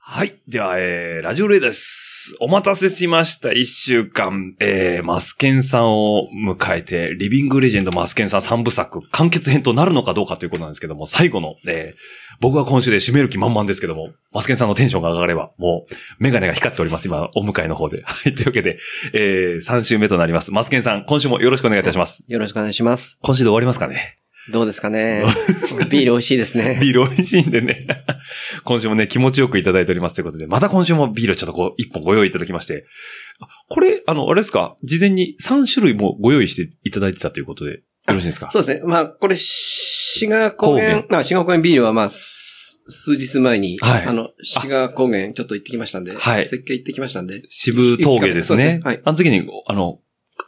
はい。では、えー、ラジオレイです。お待たせしました。一週間、えー、マスケンさんを迎えて、リビングレジェンドマスケンさん三部作、完結編となるのかどうかということなんですけども、最後の、えー、僕は今週で締める気満々ですけども、マスケンさんのテンションが上がれば、もう、メガネが光っております。今、お迎えの方で。 はい。というわけで、えー、3週目となります。マスケンさん、今週もよろしくお願いいたします。よろしくお願いします。今週で終わりますかね。どうですかね。 ビール美味しいですね。ビール美味しいんでね。 今週もね、気持ちよくいただいておりますということで、また今週もビールをちょっとこう、一本ご用意いただきまして。これ、あの、あれですか事前に3種類もご用意していただいてたということで、よろしいですかそうですね。まあ、これ、志賀高高原原、まあ、志賀高原ビールは、まあ、す数日前に、はいあの、志賀高原ちょっと行ってきましたんで、はい設計行ってきましたんで、渋峠ですそうですねね。はいあの時に、あの、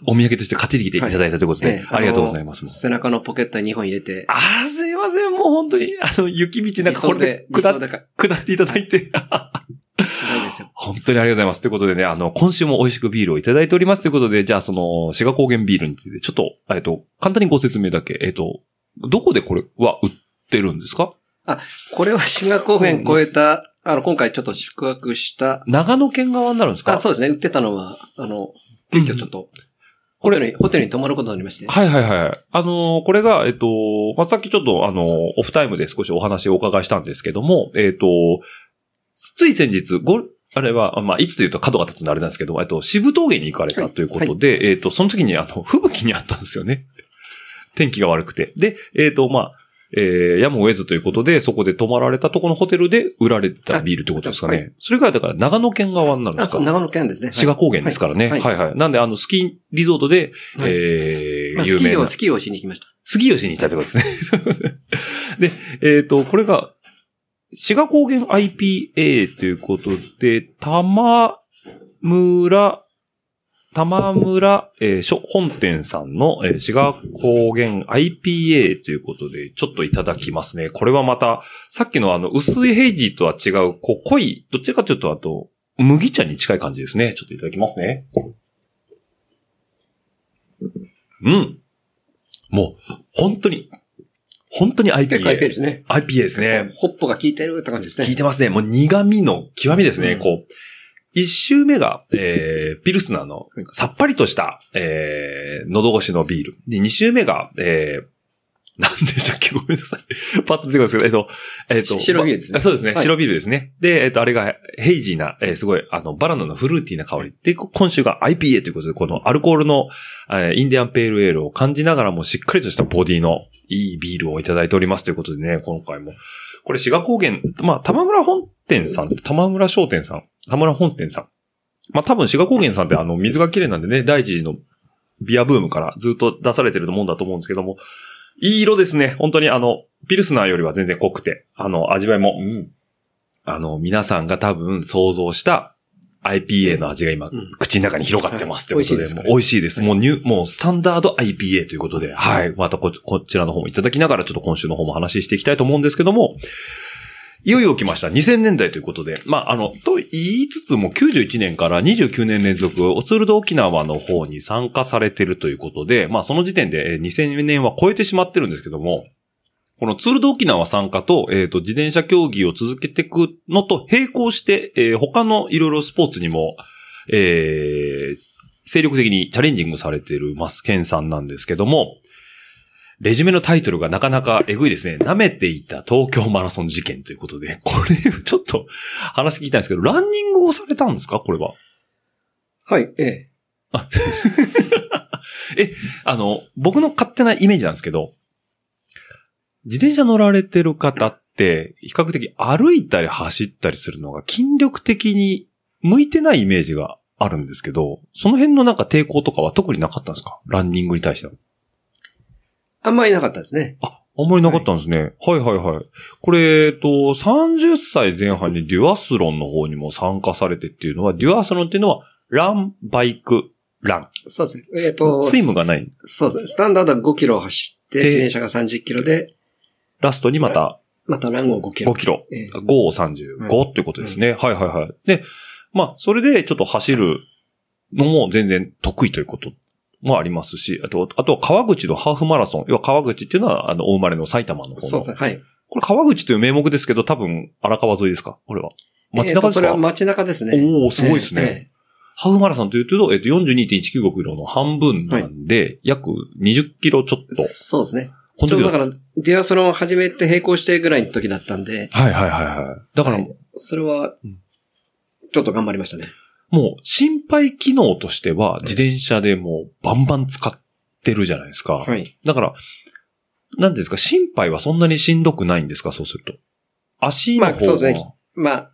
お土産として買ってきていただいたということで、ええありがとうございます。背中のポケットに2本入れて、あー、すいません、もう本当に、あの、雪道なんかこれで理下想っだか下っていただいて。ないですよ。本当にありがとうございます。ということでね、あの、今週も美味しくビールをいただいておりますということで、じゃあその、志賀高原ビールについて、ちょっと、えっと、簡単にご説明だけ、えっと、どこでこれは売ってるんですかこれは志賀高原超えた、あの、今回ちょっと宿泊した、長野県側になるんですかあ、そうですね。売ってたのは、あの、急遽ちょっと、ホテルに、ホテルに泊まることになりまして。はいはいはい。あのーこれが、えっと、まあ、さっきちょっと、あのーオフタイムで少しお話をお伺いしたんですけども、えっと、つい先日、ご、あれは、あまあ、いつというと角が立つのあれなんですけど、えっと、渋峠に行かれたということで、えっと、その時に、あの、吹雪にあったんですよね。天気が悪くて。で、えっと、まあ、えー、やむを得ずということで、そこで泊まられたとこのホテルで売られてたビールということですかね。はそれが、だから、長野県側になるんであ、すかそう、長野県ですね。はい志賀高原ですからね。ははいいはい。なんで、あの、スキーリゾートで、はいえーまあス有キ名ーを、なスキーをしに行きました。スキーをしに行ったってことですね。 で、えっ、と、これが、志賀高原 IPA ということで、玉村、玉村、えー書本店さんの、えー、志賀高原 IPA ということで、ちょっといただきますね。これはまた、さっきのあの、薄いヘイジーとは違う、こう、濃い、どっちかというと、あと、麦茶に近い感じですね。ちょっといただきますね。うん。もう、本当に、本当に IPA。結構 IPA ですね。 IPA ですね。ホップが効いてるって感じです効いね。てますね。もう苦味の極みですね。うんこう。一周目が、えー、ピルスナーのさっぱりとした、えー、喉越しのビール。で、二周目が、えー、なんでしたっけごめんなさい。パッと出てこないですけど、えっと、えっと。し白ビールですねばそうですね。はい白ビールですね。で、えっと、あれがヘイジーな、えー、すごい、あの、バナナのフルーティーな香り。で、こ今週が IPA ということで、このアルコールの、えーインディアンペールエールを感じながらもしっかりとしたボディのいいビールをいただいておりますということでね、今回も。これ、志賀高原、まあ、玉村本店さん、玉村商店さん、玉村本店さん。まあ、多分、志賀高原さんってあの、水が綺麗なんでね、第一次のビアブームからずっと出されてるもんだと思うんですけども、いい色ですね。本当にあの、ピルスナーよりは全然濃くて、あの、味わいも、うんあの、皆さんが多分想像した IPA の味が今、うん口の中に広がってますというはいこと美で、味しいですもかうね美味しいです。もうニュー、もうスタンダード IPA ということで、はい。またこ、こちらの方もいただきながら、ちょっと今週の方も話していきたいと思うんですけども、いよいよ来ました。2000年代ということで。まあ、あの、と言いつつも91年から29年連続、オツールド沖縄の方に参加されてるということで、まあ、その時点でえー2000年は超えてしまってるんですけども、このツールド沖縄参加と、えっ、と、自転車競技を続けていくのと並行して、えー他のいろいろスポーツにも、えー精力的にチャレンジングされているマスケンさんなんですけども、レジュメのタイトルがなかなかえぐいですね。舐めていた東京マラソン事件ということで、これ、ちょっと話聞きたいんですけど、ランニングをされたんですかこれは。はい、ええ。あの、僕の勝手なイメージなんですけど、自転車乗られてる方って、比較的歩いたり走ったりするのが筋力的に向いてないイメージがあるんですけど、その辺のなんか抵抗とかは特になかったんですかランニングに対しては。あんまりなかったですね。あ、あんまりなかったんですね。はい、はい、はい。これ、えっと、30歳前半にデュアスロンの方にも参加されてっていうのは、デュアスロンっていうのは、ラン、バイク、ラン。そうですね。えっ、と、。スイムがないい。そうですね。スタンダードは5キロ走って、で自転車が30キロで、ラストにまたまたランを5キロ。 5キロ。ええ5を35っていうことですね。はいはいはい。で、まあ、それでちょっと走るのも全然得意ということもありますし、あと、あとは川口のハーフマラソン。要は川口っていうのは、あの、お生まれの埼玉の方そのうです。ね。はい。これ川口という名目ですけど、多分荒川沿いですかこれは。街えー中とですそか、れは街中ですね。おー、すごいですね。えハーフマラソンというと、えっと、42.195キロの半分なんで、約20キロちょっえええと。そうですね。こちょのう時どだだから、デュアソロンを始めて並行してぐらいの時だったんで、はいはいはいはい。だから、はもいそれはうん、ちょっと頑張りましたね。う、心肺機能としては、自転車でもう、バンバン使ってるじゃないですか。はい。だから、なんですか、心肺はそんなにしんどくないんですかそうすると。足の方まあそうですがねまあ、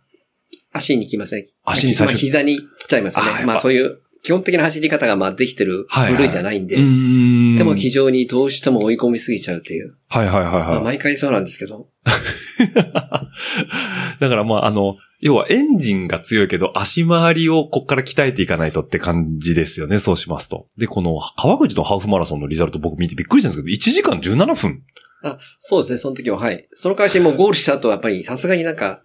足に来ません。足に最初まあ、膝に来ちゃいますねあやっ。ぱまあそういう基本的な走り方がまあできてるはいはい部類じゃないんで、うーん。でも非常にどうしても追い込みすぎちゃうっていう。はいはいはいはい。まあ毎回そうなんですけど。だからまあ、あの、要はエンジンが強いけど、足回りをこっから鍛えていかないとって感じですよね、そうしますと。で、この、川口のハーフマラソンのリザルト僕見てびっくりしたんですけど、1時間17分。あ、そうですね、その時は、はい。その会社にもうゴールした後はやっぱりさすがになん か、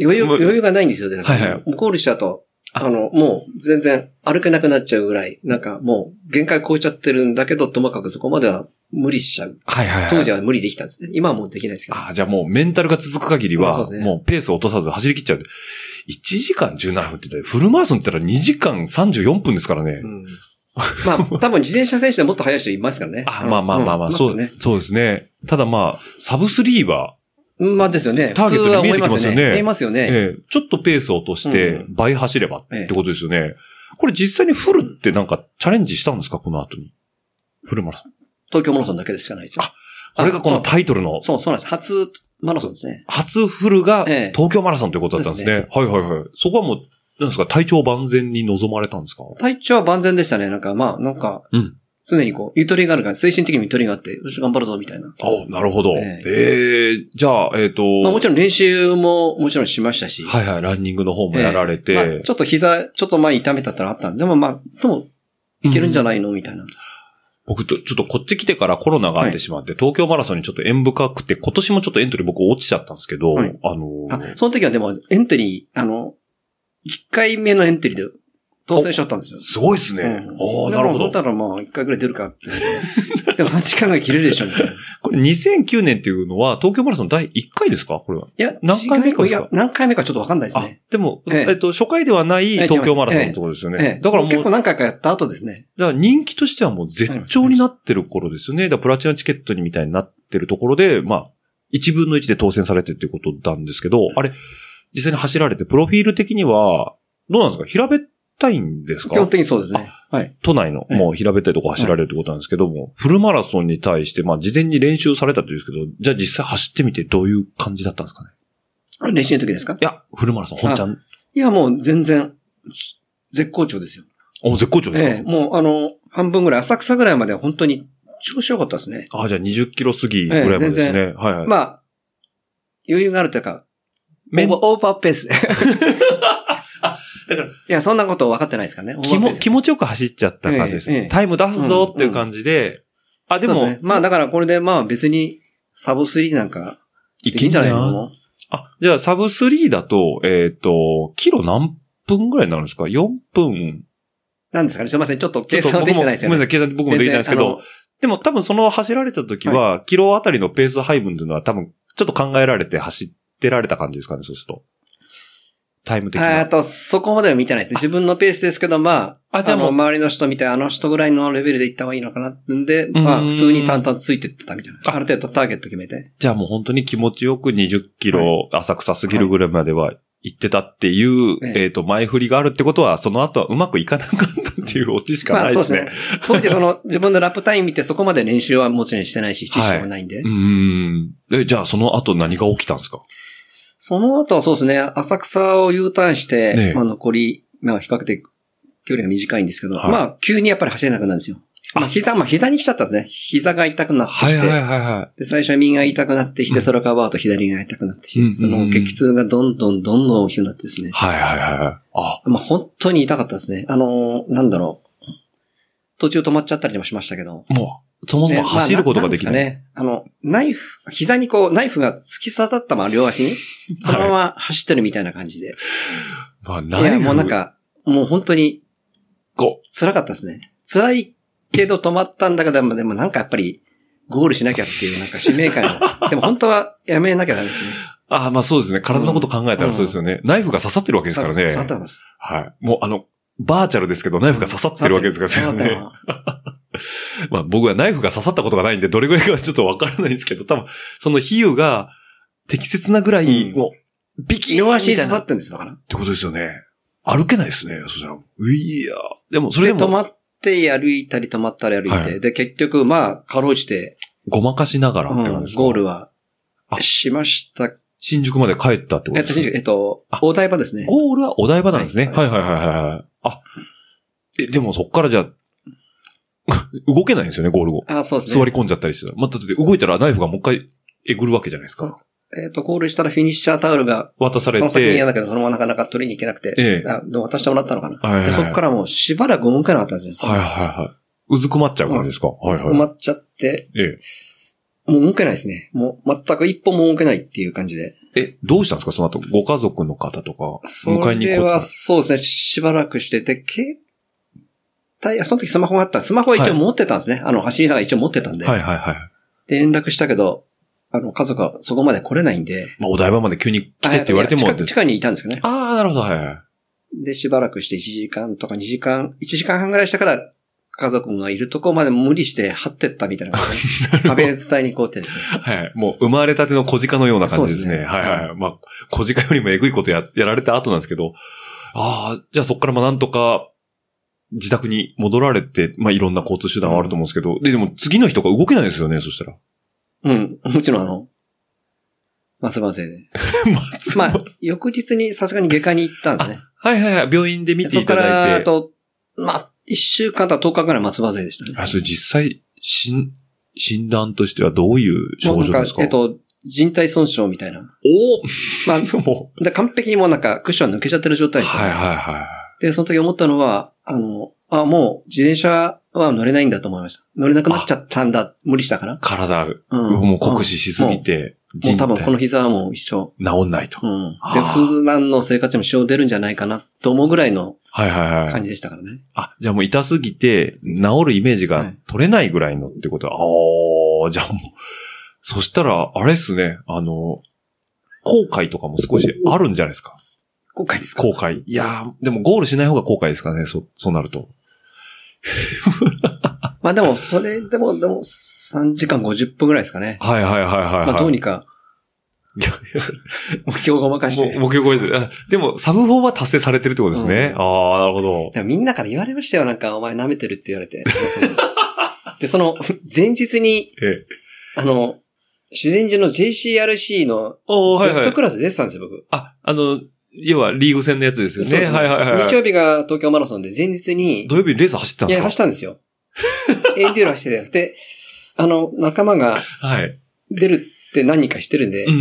余裕、もう余裕がないんですよ。だからはいはいもうゴールした後、ああの、もう全然歩けなくなっちゃうぐらい、なんかもう限界超えちゃってるんだけど、ともかくそこまでは無理しちゃう。はいはいはい。当時は無理できたんですね。今はもうできないですけど。ああ、じゃあもうメンタルが続く限りはまあそうで、すねもうペースを落とさず走り切っちゃう。1時間17分って言ったら、フルマラソンって言ったら2時間34分ですからね。うんまあ、多分自転車選手でもっと速い人いますからね。あまあまあまあまあ、んそう、いますよね。そうですね。ただまあ、サブ3は、うんまあですよね。ターゲットで見えてきますよね普通は思い見えますよね。ええ、ちょっとペースを落としてう、ん倍走ればってことですよね。これ実際にフルってなんかチャレンジしたんですかこの後に。フルマラソン。東京マラソンだけでしかないですよ。これがこのタイトルの、そう、そうなんです。初マラソンですね。初フルがええ東京マラソンということだったんですね。はいはいはい。そこはもう、なんですか、体調万全に臨まれたんですか体調は万全でしたね。なんか、まあ、なんかうん、常にこう、ゆとりがあるから、精神的にもゆとりがあって、よし、頑張るぞ、みたいな。あなるほど。えええじゃあ、えっ、と、まあ、もちろん練習も、もちろんしましたし。はいはい、ランニングの方もやられて、まあちょっと膝、ちょっと前痛めたったらあったんで、でもまあ、でも、いけるんじゃないのみたいな。僕と、ちょっとこっち来てからコロナがあってしまって、東京マラソンにちょっと縁深くて、今年もちょっとエントリー僕落ちちゃったんですけど、はいあのーあ、その時はでも、エントリー、あの、1回目のエントリーで当選しちゃったんですよ。すごいですね。ああ、なるほだど。ったらまあ、1回ぐらい出るかって。でも3時間ぐらい切れるでしょ、みたいな。いこれ2009年っていうのは、東京マラソン第1回ですかこれは。や、何回目か違ですかういや、何回目かちょっとわかんないですあね。、でも、えええっと、初回ではないええ東京マラソンってことですよえねえ。。だからもう、結構何回かやった後ですね。だから人気としてはもう絶頂になってる頃ですよね。だからプラチナチケットにみたいになってるところで、まあ、1分の1で当選されてっていうことなんですけど、あれ、実際に走られて、プロフィール的には、どうなんですか平べったいんです基本か的にそうですね。はい。都内の、ええもう平べったいとこ走られるってことなんですけども、フルマラソンに対して、まあ、事前に練習されたというんですけど、じゃあ実際走ってみてどういう感じだったんですかね練習の時ですかいや、フルマラソン、本ちゃん。いや、もう全然、絶好調ですよ。お、絶好調ですか、ええ、もうあの、半分ぐらい、浅草ぐらいまでは本当に調子良かったですね。あ、じゃあ20キロ過ぎぐらいまでですね。はいはい。まあ、余裕があるというか、オメンーバーオーバーペ ース。だからいや、そんなこと分かってないですかね。オーバ気ーペもース気持ちよく走っちゃった感じですね。ええええタイム出すぞっていう感じで、あ、でも、そうすねまあだからこれでまあ別にサブ3なんかいできんじゃないのあ、じゃあサブ3だと、えっ、と、キロ何分ぐらいになるんですか ?4 分。なんですかねすいません。ちょっと計算はできてないですよちょっと僕もごめんなさい、計算僕もね。できてないですけど、でも多分その走られた時は、キロあたりのペース配分というのは多分ちょっと考えられて走ってられた感じですかね、そうすると。タイム的全然。あのあな。と、そこまでは見てないですね。自分のペースですけど、まあ、ああじゃあもの、う周りの人見て、あの人ぐらいのレベルで行った方がいいのかなってんで、うまあ、ん普通に淡々ついてってたみたいな。あある程度ターゲット決めて。じゃあもう本当に気持ちよく20キロ浅草過ぎるぐらいまでは行ってたっていう、えええっ、と、前振りがあるってことは、その後はうまくいかなかったっていうオチしかまなあ、いそうでですすね。ね。当時、その、自分のラップタイム見て、そこまで練習はもちろんしてないし、知識もないんで。うーん。え、じゃあその後何が起きたんですかその後はそうですね、浅草を U ターンして、ねえまあ残り、まあ比較的距離が短いんですけど、はいまあ急にやっぱり走れなくなるんですよ。まあ膝、まあ膝に来ちゃったんですね。膝が痛くなってきはて、いはいはいはで最初は右が痛くなってきうんて、それからバーと左が痛くなってきて、うんその激痛がどんどんどんどん大きくなってですねい。。はいはいはいはい。あ、まあ本当に痛かったですね。あのーなんだろう。途中止まっちゃったりもしましたけど、もそもそも走ることができない。ねまあななんですかね。あの、ナイフ、膝にこう、ナイフが突き刺さったまま両足に、そのまま走ってるみたいな感じで。まあ、いナイや、フもうなんか、もう本当にこ辛かったですね。辛いけど止まったんだけど、でもなんかやっぱり、ゴールしなきゃっていう、なんか使命感 が。でも本当はやめなきゃダメですね。うああ、まあそうですね。体のこと考えたらそうですよね。ナイフが刺さってるわけですからね。刺さってます。はい。もうあの、バーチャルですけど、ナイフが刺さってるわけですから刺さってね。ま まあ僕はナイフが刺さったことがないんで、どれぐらいかはちょっとわからないんですけど、多分、その比喩が適切なぐらい、うんもう、ビすキー両ンみ足たにいな刺さっってんですだから。てことですよね。歩けないですね、そしたら。いやでも、それで、で止まも、って歩いたり止まったり歩いて、はいで、結局、まあ、かろうじて、ごまかしながらうんって感じですか、ゴールはあ、しました。新宿まで帰ったってことえっでと、すか、えっとあ、大台場ですね。ゴールはお台場なんですね。ははいはいはいはいはい。あ、え、でもそっからじゃあ、 動けないんですよね、ゴール後。あ、そうです座ね。り込んじゃったりする。まあ、だって動いたらナイフがもう一回えぐるわけじゃないですそかう。えっと、ゴールしたらフィニッシャータオルが、渡さこれの先に嫌て、だけど、そのままなかなか取りに行けなくえてえ、あでも渡してもらったのかな。はいはいはいでそこからもうしばらく動かなかったんですね。はいはいはい。うずくまっちゃう感じですか、はいそこ困はっちゃって、い。えもう動けないですね。もう全く一歩も動けないっていう感じで。え、え、どうしたんですかその後、ご家族の方とか、そ迎えにれ行こうはそうですね、しばらくしてて、携帯、あその時スマホがあった。スマホは一応持ってたんですね。あの、走りながら一応持ってたんで。はいはいはい。で、連絡したけど、あの、家族はそこまで来れないんで。まあ、お台場まで急に来てって言われてもあいや、近く近くにいたんですよね。ああ、なるほど、はいはい。で、しばらくして1時間とか2時間、1時間半ぐらいしたから、家族がいるとこまで無理して張ってった みたいな感じで、壁伝えに行こうってですね。はい。もう、生まれたての小鹿のような感じですね。そうですねはいはい。まあ、小鹿よりもえぐいことや、やられた後なんですけど、ああ、じゃあそこからまあなんとか、自宅に戻られて、まあいろんな交通手段はあると思うんですけど、で、でも次の日とか動けないですよね、そしたら。うん、もちろんあの、松葉勢で。松ま葉あ、翌日にさすがに外科に行ったんですね。 はいはいはい、病院で見てそいこかたら、だあいて。と、まあ、1週間と10日ぐらい松葉勢でしたね。あ、それ実際、診、診断としてはどういう症状もうなでんすか、かえっと、人体損傷みたいな。まあ、おおもで完璧にもうなんかクッション抜けちゃってる状う、態ですよ、はいねはいはい。で、その時思ったのは、あの、あ、もう自転車は乗れないんだと思いました。乗れなくなっちゃったんだ。無理したから。体、うん。もう酷使しすぎて、もう人多体、分この治膝はもう一生。んないと。うん。で、あー普段の生活にも支障出るんじゃないかなと思うぐらいのはいはいはい。感じでしたからね。あ、じゃあもう痛すぎて、治るイメージが取れないぐらいのってことは、ああ、じゃあもう、そしたら、あれっすね、あの、後悔とかも少しあるんじゃないですか。後悔ですか後悔。いやー、でもゴールしない方が後悔ですかね、そ、そうなると。まあでも、それでも、でも、3時間50分ぐらいですかね。はいはいはいはい、はい。まあどうにかいやい目標をごまかして。や、もう目標超えてあでも、サブ4は達成されてるってことですね。うんああ、なるほど。でもみんなから言われましたよ、なんか、お前舐めてるって言われて。で、その、 前日に、ええ。あの、自然寺の JCRC のおーはいは Z いク。ラス出てたんですよ、僕。あ、あの、要はリーグ戦のやつですよそうね。ですねはいはいはい。日曜日が東京マラソンで前日に、土曜日レース走ってたんいですや、か走ったんですよ。 エンデューラ走ってたよ。で、あの、仲間がはい。出るって何人かしてるんで、うー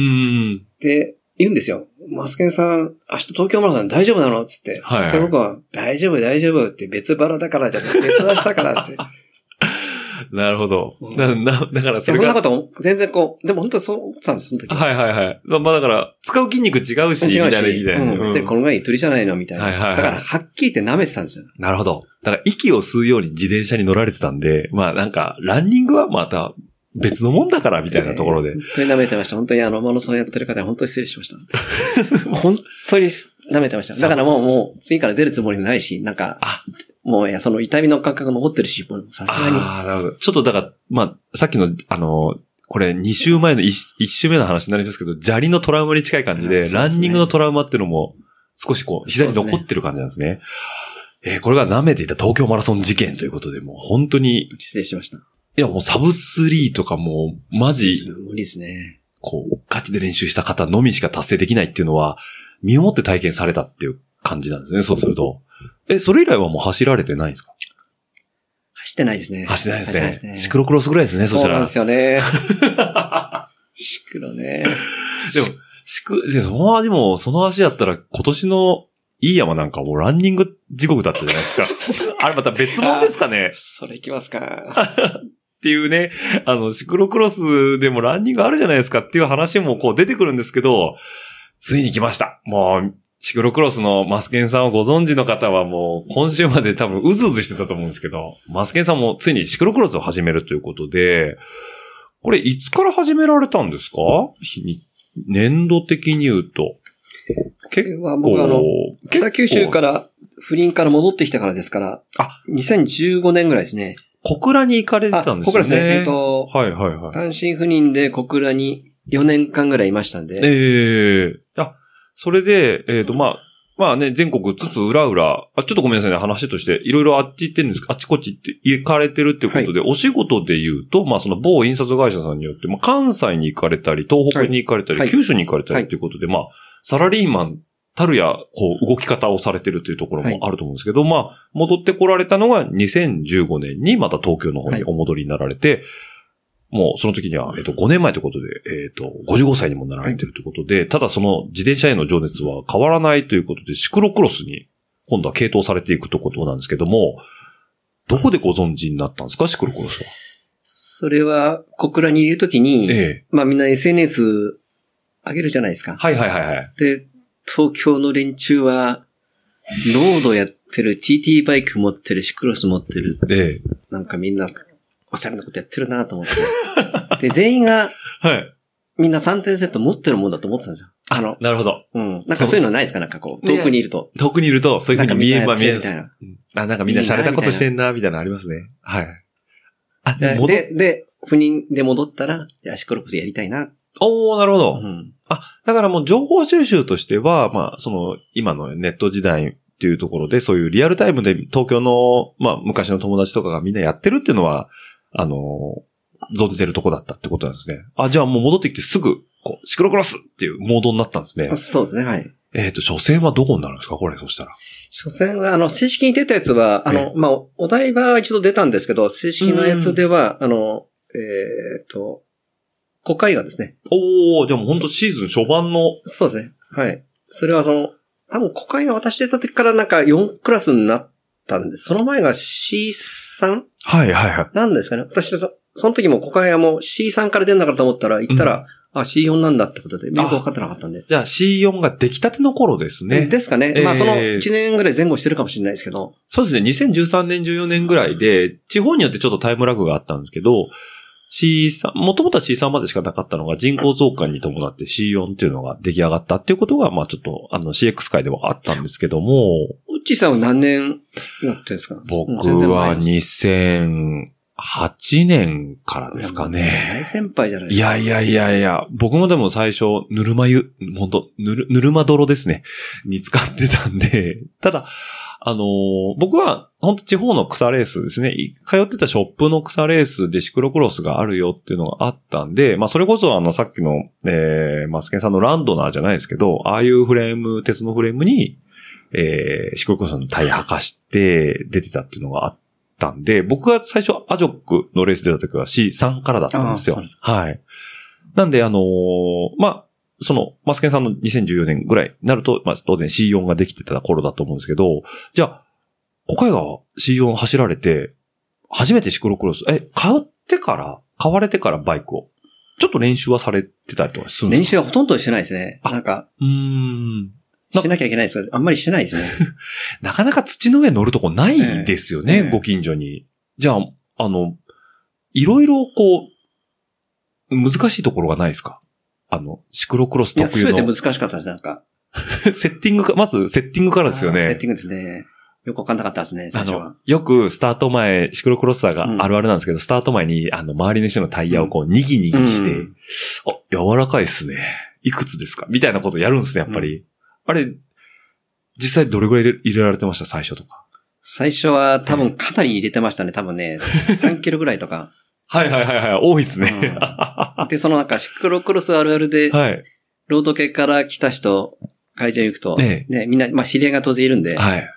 ん。で、言うんですよ。マスケンさん、明日東京マラソン大丈夫なのつって。はいはいで、僕は、大丈夫、大丈夫って別腹だからじゃなくて、別明日からっつって。なるほど。うんな、な、だから そいやれそんながこ。と、全然こう、でも本当そう思ってたんですよ、その時。はいはいはい。まあまあだから、使う筋肉違うし、み違たういなし、みたいなうん、別にこのぐらい鳥じゃないのみたいな。はいはいはいだから、はっきり言って舐めてたんですよ。なるほど。だから、息を吸うように自転車に乗られてたんで、まあなんか、ランニングはまた別のもんだから、みたいなところで本。当に舐めてました。本当にあの、マラソンやってる方、本当に失礼しました。 本当に舐めてました。だからもう、もう、次から出るつもりもないし、なんかあ、もう、いや、その痛みの感覚残ってるし、もうさすがに。ああ、なるほど。ちょっとだから、まあ、さっきの、あの、これ2週前の 1, 週目の話になりますけど、砂利のトラウマに近い感じうんで、そうですねランニングのトラウマっていうのも、少しこう、膝に残ってる感じなんですね。えーこれが舐めていた東京マラソン事件ということで、もう本当に、失礼しました。いやもうサブ3とかもう、マジ、無理ですね。こう、ガチで練習した方のみしか達成できないっていうのは、身をもって体験されたっていう感じなんですね、そうすると。え、それ以来はもう走られてないんですか走ってないですね。走ってない走ですね。シクロクロスぐらいですね、そしそたうなんらで。すよ ね。シクロね。でも、しく、でその足も、その足やったら今年のいい山なんかもうランニング地獄だったじゃないですか。あれまた別物ですかね。それいきますか。っていうね、あの、シクロクロスでもランニングあるじゃないですかっていう話もこう出てくるんですけど、ついに来ました。もう、シクロクロスのマスケンさんをご存知の方はもう、今週まで多分うずうずしてたと思うんですけど、マスケンさんもついにシクロクロスを始めるということで、これいつから始められたんですか日に年度的に言うと。こ結れは構僕あの、、結構北九州から、不倫から戻ってきたからですから、あ、 2015年ぐらいですね。小倉に行かれてあ、たんです僕よらね。ですね、えっ、と、はいはいはい。単身赴任で小倉に4年間ぐらいいましたんで、ええあ、それで、えっ、と、まあ、まあね、全国つつ裏裏、あ、ちょっとごめんなさいね、話として、いろいろあっち行ってるんですあっちこっち行って、行かれてるっていうことで、お仕事で言うと、まあその某印刷会社さんによって、まあ関西に行かれたり、東北に行かれたり、はい九州に行かれたはりいっていうことで、まあ、サラリーマン、たるや、こう、動き方をされてるというところもあると思うんですけど、まあ、戻ってこられたのが2015年にまた東京の方にお戻りになられて、もうその時には、えっと、5年前ということで、えっと、55歳にもなられてるということで、ただその自転車への情熱は変わらないということで、シクロクロスに今度は傾倒されていくということなんですけども、どこでご存知になったんですか、シクロクロスは。それは小倉にいるときに、ええ。まあみんな SNS 上げるじゃないですか。はいはいはいはい。で、東京の連中は、ロードやってる、TT バイク持ってる、シクロス持ってる、えなんかみんな、おしゃれなことやってるなと思っ て。で、全員が、え。はい。みんな3点セット持ってるもんだと思ってたんですよ。あの、なるほど。うん。なんかそういうのないですかなんかこう、ね遠くにいると。遠くにいると、そういうふうに見えば見えみたいる。な。あ、なんかみんな洒落たことしてんな、みたいなのありますね。はい。あ、で戻っで、で、赴任で戻ったら、いやシクロクロスやりたいな。おー、なるほうど。ん。だからもう情報収集としては、まあ、その、今のネット時代っていうところで、そういうリアルタイムで東京の、まあ、昔の友達とかがみんなやってるっていうのは、あのー存じてるとこだったってことなんですね。あ、じゃあもう戻ってきてすぐ、こう、シクロクロスっていうモードになったんですね。そうですね、はい。えっ、と、初戦はどこになるんですかこれ、そしたら。所詮は、あの、正式に出たやつは、あええの、まあ、お台場は一度出たんですけど、正式なやつでは、あの、えっと、国会がですね。おー、じゃあもう本当シーズン初版の、そうですね。はい。それはその、多分国会が私出た時からなんか4クラスになったんで、その前が C3? はいはいはい。なんですかね。私そ、その時も国会はもう C3 から出んだからと思ったら、行ったら、あ、C4 なんだってことで、よく分かってなかったんで。じゃあ C4 が出来たての頃ですね。ですかね。まあ、ええその1年ぐらい前後してるかもしれないですけど、そうですね、2013年、14年ぐらいで、地方によってちょっとタイムラグがあったんですけど、C3、もともとは C3 までしかなかったのが人口増加に伴って C4 っていうのが出来上がったっていうことが、まあちょっと、あの CX 界ではあったんですけども、うっちーさんは何年やってるんですか僕もう全然前はです2008年からですかね。大先輩じゃないでいすか。やいやいやいや、僕もでも最初、ぬるま湯、ほんと、ぬる、ぬるま泥ですね、に使ってたんで、 ただ、あのー僕は、本当地方の草レースですね、い通ってたショップの草レースでシクロクロスがあるよっていうのがあったんで、まあそれこそあのさっきの、えー、マスケンさんのランドナーじゃないですけど、ああいうフレーム、鉄のフレームに、えー、シクロクロスのタイヤ履かして出てたっていうのがあったんで、僕が最初アジョックのレース出た時は C3 からだったんですよ。ああそうですはい。なんで、あのーまあ、その、マスケンさんの2014年ぐらいになると、まあ、当然 C4 ができてた頃だと思うんですけど、じゃあ、小海川 C4 走られて、初めてシクロクロス、え、買ってから、買われてからバイクを、ちょっと練習はされてたりとかするんで練すか習はほとんどしてないですね。あなんか、うーん。しなきゃいけないですけど、あんまりしてないですね。なかなか土の上乗るとこないですよね、ええご近所に。じゃあ、あの、いろいろこう、難しいところがないですかあの、シクロクロスいや、 特す有べての難。しかったです、なんか。 セッティングか、まずセッティングからですよあーセねッテ。ィングですね。よくわかんなかったですね、最あ初はの。、よくスタート前、シクロクロスターがあるあるなんですけど、スタート前に、あの、周りの人のタイヤをこう、にぎにぎして、うんあ、柔らかいっすね。いくつですかみたいなことやるんですね、やっぱり。あれ、実際どれぐらい入れ入れられてました最初とか。最初は多分かなり入れてましたね、多分ね。3キロぐらいとか。はいはいはいはい、多いですね。う んで、そのなんかシクロクロスあるあるで、はい。ロード系から来た人、会場に行くと、えねみんな、まあ知り合いが当然いるんで、はい。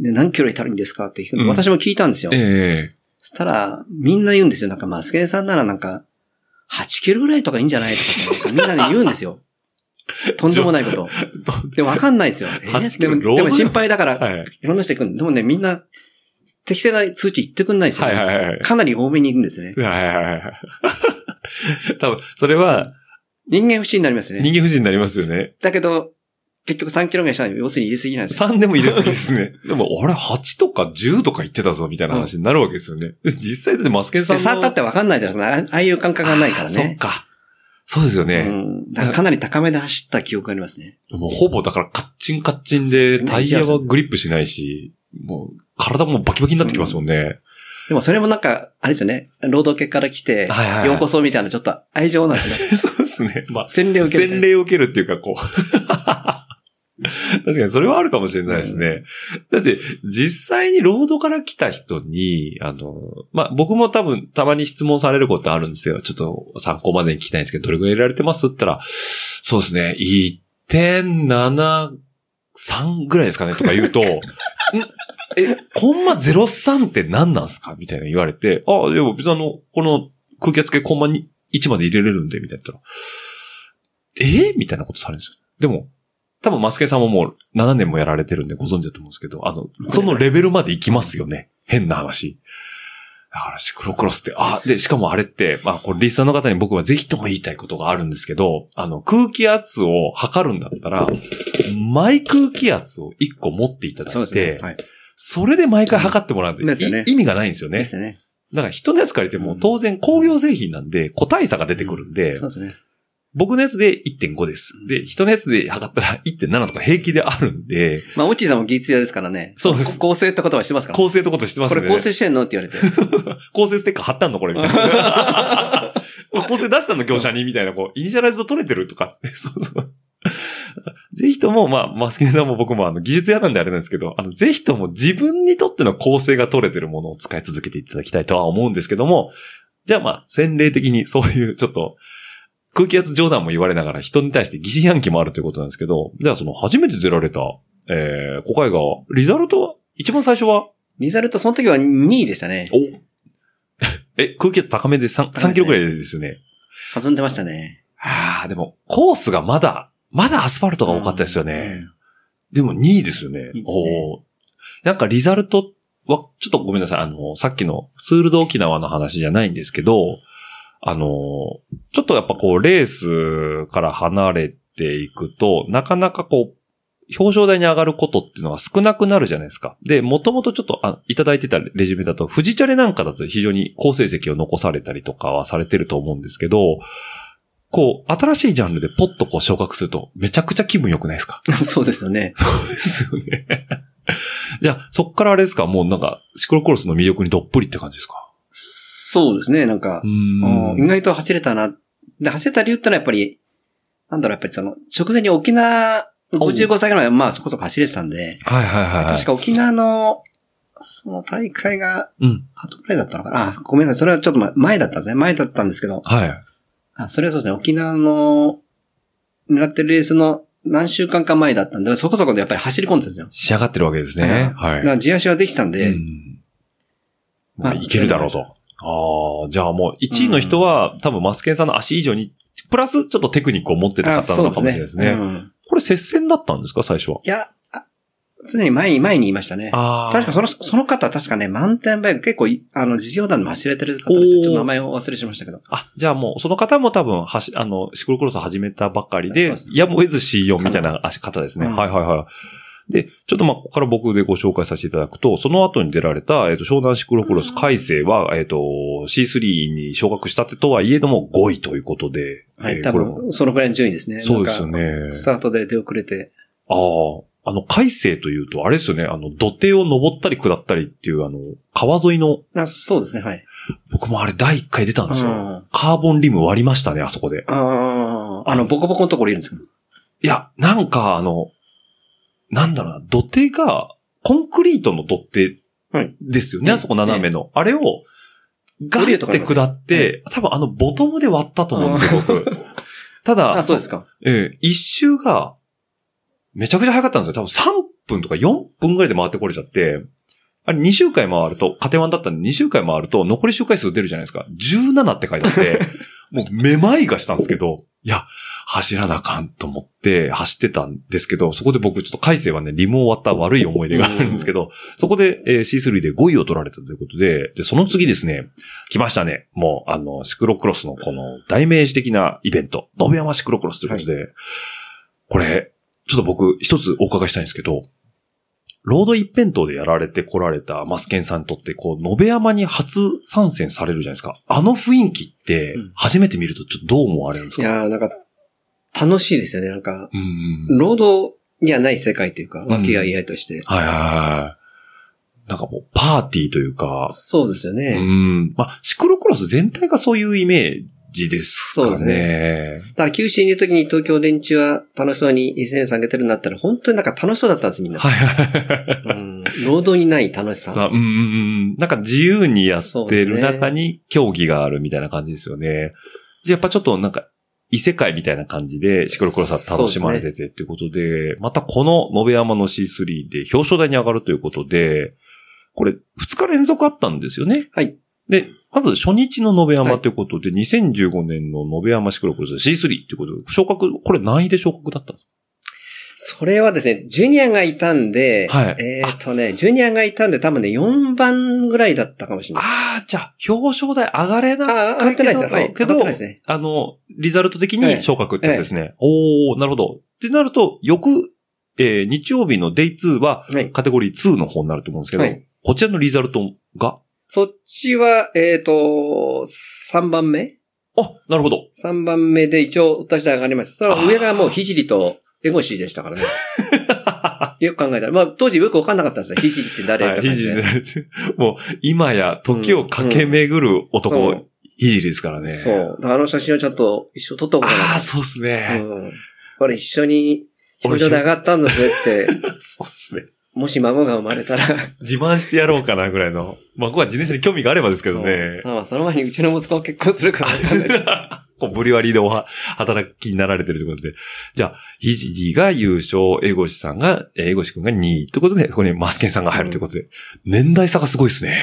で何キロいたらいいんですかっていうふうにうん私も聞いたんですよ。ええそしたら、みんな言うんですよ。なんか、マスケンさんならなんか、8キロぐらいとかいいんじゃないとか、みんなで言うんで すよ。とんでもないこと。 でもわかんないですよ。えー8キでロも、ロードでも心配だから、はい。いろんな人行くんで。でもね、みんな、適正な通知言ってくんないですよ、はいはいはい。かなり多めにいるんですね。はいはいはいはい。多分、それは人間不信になりますね。人間不信になりますよね。だけど、結局3キロぐらいしたら要するに入れすぎなんですよ。 3でも入れすぎです ね。でも、俺8とか10とか言ってたぞ、みたいな話になるわけですよね。実際でマスケンさんでの。触ったってわかんないじゃないですか。あああいう感覚がないからそっね。か。そうですようね。ん、だからかなり高めで走った記憶がありますね。もうほぼだからカッチンカッチンでタイヤはグリップしないし、もう体もバキバキになってきますもんね。でもそれもなんか、あれですよね。労働家から来て、はいはいはいようこそみたいなちょっと愛情なんですね。 そうですね。まあ、洗礼を受けるみた洗いな。礼を受けるっていう か、こう。確かにそれはあるかもしれないですね。だって、実際にロードから来た人に、あの、まあ、僕も多分、たまに質問されることあるんですよ。ちょっと参考までに聞きたいんですけど、どれぐらい入れられてますって言ったら、そうですね、1.73ぐらいですかねとか言うと、ん え、コンマ03って何なんすかみたいな言われて、あ、でも別にあの、この空気圧計コンマに1まで入れれるんで、みたいな言ったら、えみたいなことされるんですよ。でも、多分マスケさんももう7年もやられてるんでご存知だと思うんですけど、あの、そのレベルまで行きますよね。変な話。だからシクロクロスって、あ、で、しかもあれって、まあ、これリスナーの方に僕はぜひとも言いたいことがあるんですけど、あの、空気圧を測るんだったら、毎空気圧を1個持っていただいて、そうですね。はい。それで毎回測ってもらうと、ですよねい意味がないんですよねで。すよね。だから人のやつ借りてもうん当然工業製品なんで個体差が出てくるんで、そうですね。僕のやつで1.5ですう。んで、人のやつで測ったら1.7とか平気であるんで、まあ、オッチーさんも技術屋ですからね。そうです構成って言葉してますから。構成とことしてますこね。れ構成してんのって言われて。 構成ステッカー貼ったんのこれみたいな。構成出したの業者にみたいな、こう、イニシャライズド取れてるとかって。そうそう。ぜひとも、まあ、マスケンさんも僕もあの技術屋なんであれなんですけど、あの、ぜひとも自分にとっての構成が取れてるものを使い続けていただきたいとは思うんですけども、じゃあまあ、洗礼的にそういうちょっと、空気圧冗談も言われながら人に対して疑心暗鬼もあるということなんですけど、じゃあその初めて出られた、えー、小海川、リザルトは、一番最初はリザルト、その時は2位でしたね。おえ、空気圧高めで 3, 3高めですねキロぐらいですね。弾んでましたね。ああ、でも、コースがまだ、まだアスファルトが多かったですよね。でも2位ですよね。いいですねおーなんかリザルトは、ちょっとごめんなさい、あの、さっきのツールド沖縄の話じゃないんですけど、あの、ちょっとやっぱこう、レースから離れていくと、なかなかこう、表彰台に上がることっていうのが少なくなるじゃないですか。で、もともとちょっとあいただいてたレジュメだと、富士チャレなんかだと非常に好成績を残されたりとかはされてると思うんですけど、こう、新しいジャンルでポッとこう昇格すると、めちゃくちゃ気分良くないですかうん そうですよね。ですよね。じゃあ、そっからあれですかもうなんか、シクロクロスの魅力にどっぷりって感じですかそうですね、なんかう、うん意ん。外と走れたな。で、走れた理由ってのはやっぱり、なんだろう、やっぱりその、直前に沖縄、55歳ぐらいはまあそこそこ走れてたんで、はいはいはいはい。確か沖縄の、その大会が、うん。後くらいだったのかなあ、ごめんなさい。それはちょっと前前だったんですね。前だったんですけど、はい。あ、それはそうですね。沖縄の、狙ってるレースの何週間か前だったんで、そこそこでやっぱり走り込んでたんですよ。仕上がってるわけですね。はだいか。ら地足はできたんで、うんまあまあ、いけるだろうと。ああ、じゃあもう1位の人は、多分マスケンさんの足以上に、プラスちょっとテクニックを持ってたあ方なのかもしれないですね。うんこれ接戦だったんですか、最初は。いや、あ常に前に前にいましたね。あ確かに。その、その方は確かね、マウンテンバイク結構い、あの、実業団でも走れてる方ですおよ。ーちょっと名前を忘れしましたけど。あ、じゃあもう、その方も多分、はし、あの、シクロクロスを始めたばかりでそうです、やむを得ず C4 みたいな足方ですね。うんはいはいはい。で、ちょっとまあ、ここから僕でご紹介させていただくと、その後に出られた、えっ、と、湘南シクロクロス改正は、えっ、と、C3 に昇格したてとはいえども5位ということで、はい、えー多これも分、そのくらいの順位ですね。そうですよなんねか。スタートで出遅れて。ああ、あの、海星というと、あれですよね、あの、土手を登ったり下ったりっていう、あの、川沿いの、あ、そうですね、はい。僕もあれ第一回出たんですよ。うんカーボンリム割りましたね、あそこで。ああ、あの、ボコボコのところいるんですけど。いや、なんか、あの、なんだろうな、土手が、コンクリートの土手はいですよね、はいあそこ斜めの。あれを、ガ降りッるとこあてります下って、多分あの、ボトムで割ったと思うんですよ、僕。ただ、 あ、そうですか。ええ、一周が、めちゃくちゃ早かったんですよ。多分3分とか4分ぐらいで回ってこれちゃって、あれ2周回回ると、カテワンだったんで2周回回ると、残り周回数出るじゃないですか。17って書いてあって、もうめまいがしたんですけど、いや、走らなあかんと思って走ってたんですけど、そこで僕ちょっと改正はね、リムを割った悪い思い出があるんですけど、そこで、えー、C3 で5位を取られたということで、で、その次ですね、来ましたね。もう、あの、シクロクロスのこの代名詞的なイベント、延山シクロクロスということで、これ、ちょっと僕一つお伺いしたいんですけど、ロード一辺倒でやられてこられたマスケンさんにとって、こう、延山に初参戦されるじゃないですか。あの雰囲気ってうん、初めて見るとちょっとどう思われるんですいか、やーなんか、楽しいですよね。なんか、うんうんうん。労働にはない世界というか、和気あいあいとして。はいはいはい。なんかもう、パーティーというか、そうですようね。ん。まあ、シクロクロス全体がそういうイメージですかね。そうですだから九州にいる時に東京連中は楽しそうに SNS 上げてるんだったら、本当になんか楽しそうだったんです、みんな。はいはいはい。うん労働にない楽しささ。うんうんうん。なんか自由にやっそうてでするね中に競技があるみたいな感じですよね。じゃあやっぱちょっとなんか異世界みたいな感じでシクロクロスは楽しまれててっていうことで、またこの延山の C3 で表彰台に上がるということで、これ2日連続あったんですよね。はい。で、まず初日の延は山いということで、2015年の延山シクロクロス C3 っていうことで、昇格、これ何位で昇格だったんですそれはですね、ジュニアがいたんで、はいえっ、とね、ジュニアがいたんで多分ね、4番ぐらいだったかもしれかない。ああ、じゃあ表彰台上がれなああ、上がってないですね。はい。けど上がってないですね。あの、リザルト的えにえ昇格ってやつですね。おー、なるほど。ってなると、翌、えー日曜日の Day2 は、はい。カテゴリー2の方になると思うんですけど、はいこちらのリザルトが、そっちは、えっ、と、3番目あ、なるほど。 ?3 番目で一応、私で上がりました。ただ上がもうひじりと、エゴシーでしたから ね。よく考えたら。まあ、当時よくわかんなかったんですよ。ひじりって誰ってはい感ひじじりで。です。もう、今や時を駆け巡る男、うんうんひじりですからね。そう。だからあの写真をちゃんと一緒に撮ったことああ、がそうっすない。ね。うん。これ一緒に、表情で上がったんだぜって、そうっすね。もし孫が生まれたら、自慢してやろうかなぐらいの。まあ、僕は自転車に興味があればですけどね。そうさあ、その前にうちの息子は結婚するからわか んないです。こうブリュワリーでおは、働きになられてるということで。じゃあ、ヒジリが優勝、エゴシさんが、えーエゴシ君が2位。ということで、ここにマスケンさんが入るということで。年代差がすごいですね。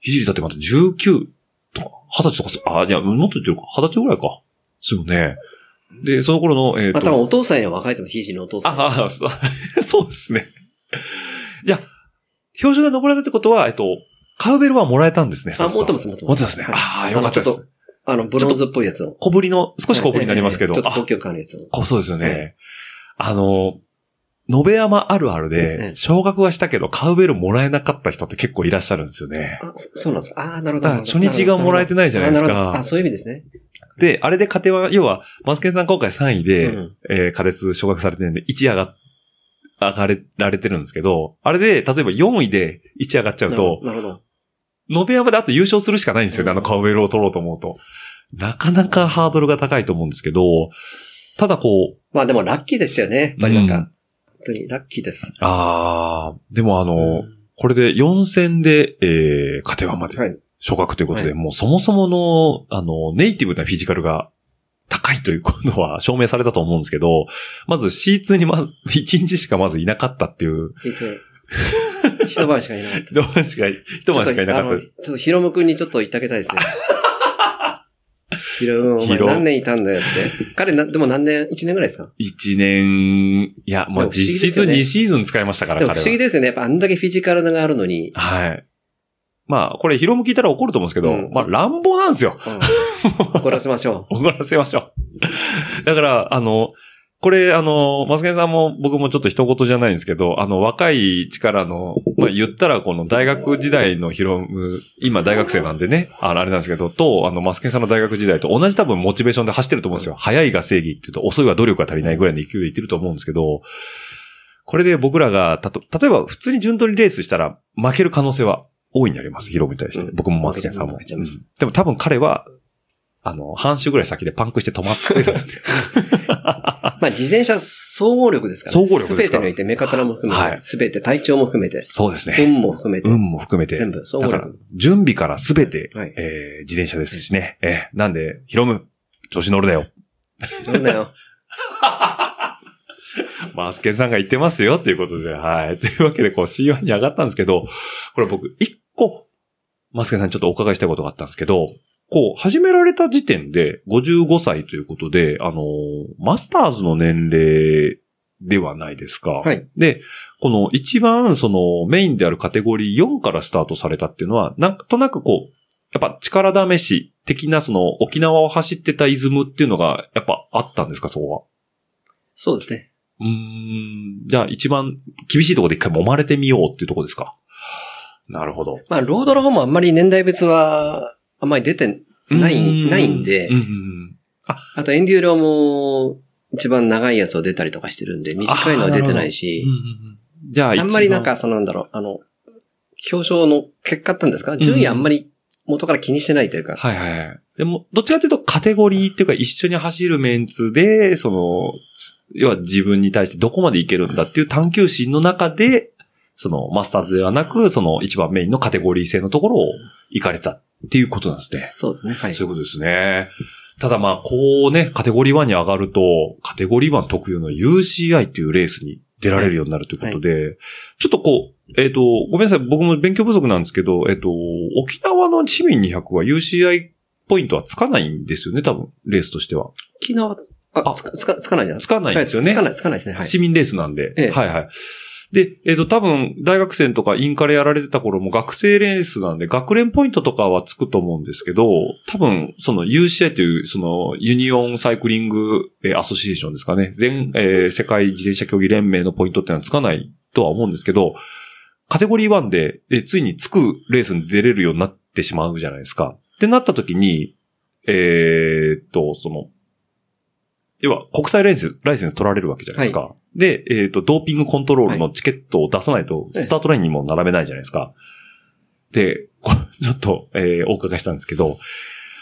ヒジリだってまた19とか、20歳とかす、あ、いや、もっと言ってるか、20歳ぐらいか。そうよね。で、その頃の、えっ、まあ、多分と、お父さんには若いと思う、ひいじのお父さん。ああ、そうそう ですね。じゃあ、表彰が登られたってことは、えっと、カウベルはもらえたんですね。あ、そうす持るってとます、持って持まってす。ますね。はあいあ、よかったであのちょす。あの、ブロンズっぽいやつを。小ぶりの、少し小ぶりになりますけど、ええええちょっとあ高、級感あるやつを。こうそうですよね。えあの、延山あるあるえで、え昇格はしたけど、カウベルもらえなかった人って結構いらっしゃるんですよね。あ、そそうなんですか。ああ、なるほどだ。から初日がもらえてなないいじゃないですあ、か。そういう意味ですね。で、あれで勝ては、要は、マスケンさん今回3位で、うんえー、仮説昇格されてるんで、1上が、上がれられてるんですけど、あれで、例えば4位で1上がっちゃうなるほと、どなるほど。延山であと優勝するしかないんですよね、あのカウベルを取ろうと思うと。なかなかハードルが高いと思うんですけど、ただこう、まあでもラッキーですよね。やっぱりなんか、本当にラッキーです。ああ、でもあの、うんこれで4戦で、えー、勝てはまではい。昇格ということで、はいもうそもそもの、あの、ネイティブなフィジカルが高いということは証明されたと思うんですけど、まず C2 にま ず、1日しかまずいなかったっていう、いつ、一晩しかいなかった。一晩しか、一晩しかいなかちょっとあのちょっとヒロム君にちょっと言ってあげたいで すね。ヒロム、おヒ前ロ何年いたんだよって。彼な、でも何年、1年ぐらいですかた。1年、いや、まあでも不思議実です質よね2シーズン使いましたから、でも不彼思議は。ですよね。やっぱあんだけフィジカルがあるのに。はい。まあ、これ、ヒロム聞いたら怒ると思うんですけど、うんまあ、乱暴なんですよ。 うん怒らせましょ怒らせましょう。だから、あの、これ、あの、マスケンさんも僕もちょっと一言じゃないんですけど、あの、若い力の、まあ、言ったらこの大学時代のヒロム、今大学生なんでね、あのあれなんですけど、と、あの、マスケンさんの大学時代と同じ多分モチベーションで走ってると思うんですよ。早いが正義って言うと、遅いは努力が足りないぐらいの勢いでいってると思うんですけど、これで僕らが、たと、例えば普通に順当にレースしたら、負ける可能性は大いにあります、ヒロムに対して。うん僕もマスケンさんも負けちゃいます。でも多分彼は、あの、半周ぐらい先でパンクして止まってる。う。まあ、自転車総合力ですから、総合力ですすべてからにおいて、目方も含はめいて、すべて体調も含めて、そうですね。運も含めて、運も含めて。全部総合だから力。、準備からすべて、はいえー自転車ですしね。えーなんで、ヒロム、調子乗るなよ。そうだよ。マスケンさんが言ってますよ、ということで、はい。というわけで、こう、C1 に上がったんですけど、これ僕、一個、マスケンさんにちょっとお伺いしたいことがあったんですけど、こう、始められた時点で55歳ということで、あのーマスターズの年齢ではないですか。はいで、この一番そのメインであるカテゴリー4からスタートされたっていうのは、なんとなくこう、やっぱ力試し的なその沖縄を走ってたイズムっていうのがやっぱあったんですか、そこは。そうですね。うーん。じゃあ一番厳しいところで一回揉まれてみようっていうところですか。なるほど。まあ、ロードの方もあんまり年代別は、あんまり出てない、うないんでう、んあとエンデューロも、一番長いやつを出たりとかしてるんで、短いのは出てないし、じゃあ一あ番んまりなんか、そのなんだろう、あの、表彰の結果ってんですかん順位あんまり元から気にしてないというか、はいはいはい。でも、どっちかというとカテゴリーっていうか一緒に走るメンツで、その、要は自分に対してどこまでいけるんだっていう探求心の中で、そのマスターズではなく、その一番メインのカテゴリー性のところを行かれたっていうことなんですね。そうですね。はい。そういうことですね。ただまあ、こうね、カテゴリー1に上がると、カテゴリー1特有の UCI というレースに出られるようになるということで、ちょっとこう、えっ、と、ごめんなさい、僕も勉強不足なんですけど、えっ、と、沖縄の市民200は UCI ポイントはつかないんですよね、多分、レースとしては。昨日、あ、あつか、つか、つかないじゃないつかないんですよね。つかない、つかないですね。はい。市民レースなんで。ええはいはい。で、えっ、と、多分、大学生とかインカレやられてた頃も学生レースなんで、学連ポイントとかはつくと思うんですけど、多分、その UCI という、その、ユニオンサイクリング、えーアソシエーションですかね。全、えー世界自転車競技連盟のポイントってのはつかないとは思うんですけど、カテゴリー1で、えーついにつくレースに出れるようになってしまうじゃないですか。ってなった時に、えーっと、その、要は国際ライセンス、ライセンス取られるわけじゃないですか。で、えーっと、ドーピングコントロールのチケットを出さないと、ええスタートラインにも並べないじゃないですか。で、こ ちょっと、えーお伺いしたんですけど、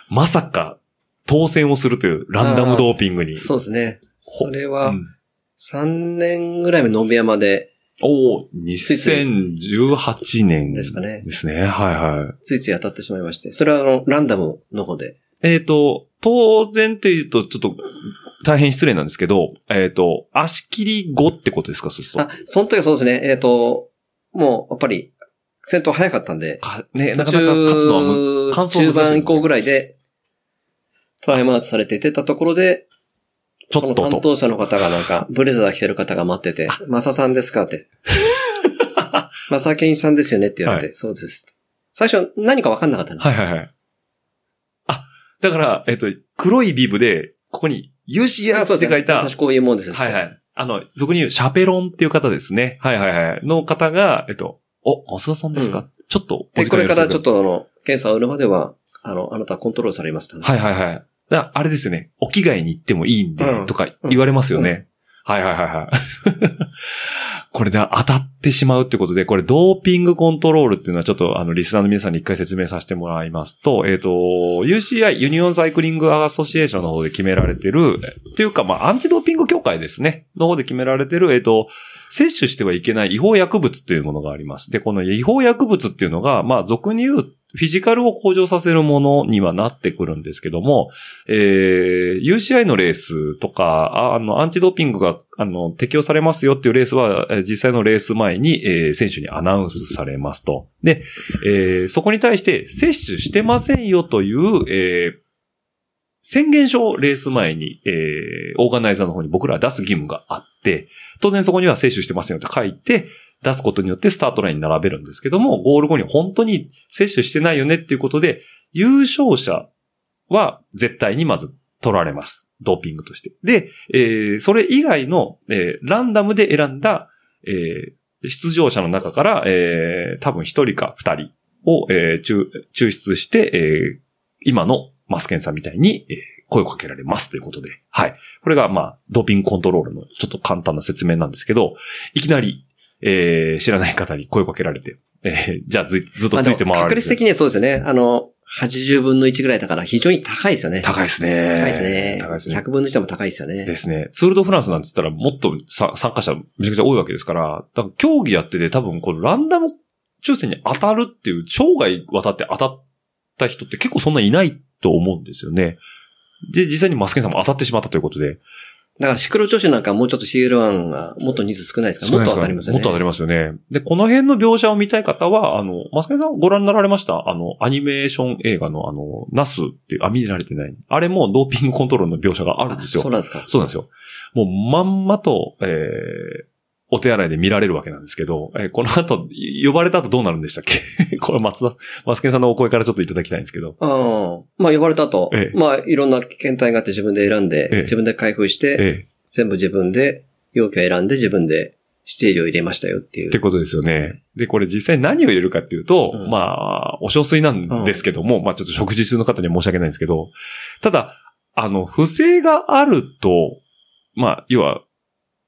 まさか、当選をするというランダムドーピングに。そうですね。それうは、ん3年ぐらいの延山で、おお、つい2018年ですかねですね。はいはい。ついつい当たってしまいまして、それはあの、ランダムの方で。えっ、と、当然というと、ちょっと、大変失礼なんですけど、えっ、と、足切り後ってことですか、そうするあと。、その時はそうですね、えっ、と、もう、やっぱり、戦闘早かったんで、かね、なかなか勝つのはむ、完走難しい中ですね盤以降ぐらいで、タイムアウトされて出たところで、ちそょのっと担と。当者の方がなんか、ブレザー着てる方が待ってて、マサさんです かって。マサケンさんですよねって言われて、そうです。最初何か分かんなかったの。はいはいはい。あ、だから、えっ、と、黒いビブで、ここに、い UCI って書いた、私こういうもんですよ。はいはい。あの、俗に言う、シャペロンっていう方ですね。はいはいはい。の方が、えっ、と、お、増田さんですか、うんちょっと、で、これからちょっと。とあの、検査を売るまでは、あの、あなたはコントロールされましたね。はいはいはい。だからあれですよね。お着替えに行ってもいいんで、うんとか言われますよね。はいはいはいはい。 これで当たってしまうってことで、これドーピングコントロールっていうのはちょっとあの、リスナーの皆さんに一回説明させてもらいますと、えっ、と、UCI、ユニオンサイクリングアソシエーションの方で決められてる、っていうかまあ、アンチドーピング協会ですね、の方で決められてる、えっ、と、摂取してはいけない違法薬物っていうものがあります。で、この違法薬物っていうのが、まあ、俗に言う、フィジカルを向上させるものにはなってくるんですけども、えー、UCI のレースとか、ああの、アンチドーピングが、あの、適用されますよっていうレースは、えー実際のレース前に、えー選手にアナウンスされますと。で、えーそこに対して、摂取してませんよという、えー宣言書をレース前に、えーオーガナイザーの方に僕らは出す義務があって、当然そこには摂取してませんよと書いて、出すことによってスタートラインに並べるんですけども、ゴール後に本当に摂取してないよねっていうことで、優勝者は絶対にまず取られます。ドーピングとして。で、えーそれ以外の、えーランダムで選んだ、えー出場者の中から、えー多分一人か二人を、えー抽抽出して、えー今のマスケンさんみたいに、えー声をかけられますということで。はい。これが、まあ、ドーピングコントロールのちょっと簡単な説明なんですけど、いきなり、えー知らない方に声をかけられて、えーじゃあずいずっまとあついてでも回られ確て。率的にはそうですよね。あの、80分の1ぐらいだから非常に高いですよね。高いですね。高いですね。高いですね。 100分の1でも高いですよね。ですね。ツールドフランスなんて言ったらもっとさ参加者めちゃくちゃ多いわけですから、だから競技やってて多分このランダム抽選に当たるっていう、生涯渡って当たった人って結構そんないないと思うんですよね。で、実際にマスケンさんも当たってしまったということで、だからシクロ女子なんかもうちょっと CL1 はもっと人数少ないですから、もっと当たりますよね。もっと当たりますよね。で、この辺の描写を見たい方は、あの、マスケンさんご覧になられましたあの、アニメーション映画のあの、ナスっていう、あ、見られてない。あれもドーピングコントロールの描写があるんですよ。そうなんですか。そうなんですよ。もうまんまと、えー、お手洗いで見られるわけなんですけど、えーこの後、い呼ばれた後どうなるんでしたっけ これ松田、マスケンさんのお声からちょっといただきたいんですけど。うん。まあ呼ばれた後、ええまあいろんな検体があって自分で選んで、ええ自分で開封して、ええ全部自分で容器を選んで自分で指定量入れましたよっていう。ってことですよね。で、これ実際何を入れるかっていうと、うんまあ、お小水なんですけども、まあちょっと食事中の方には申し訳ないんですけど、ただ、あの、不正があると、まあ、要は、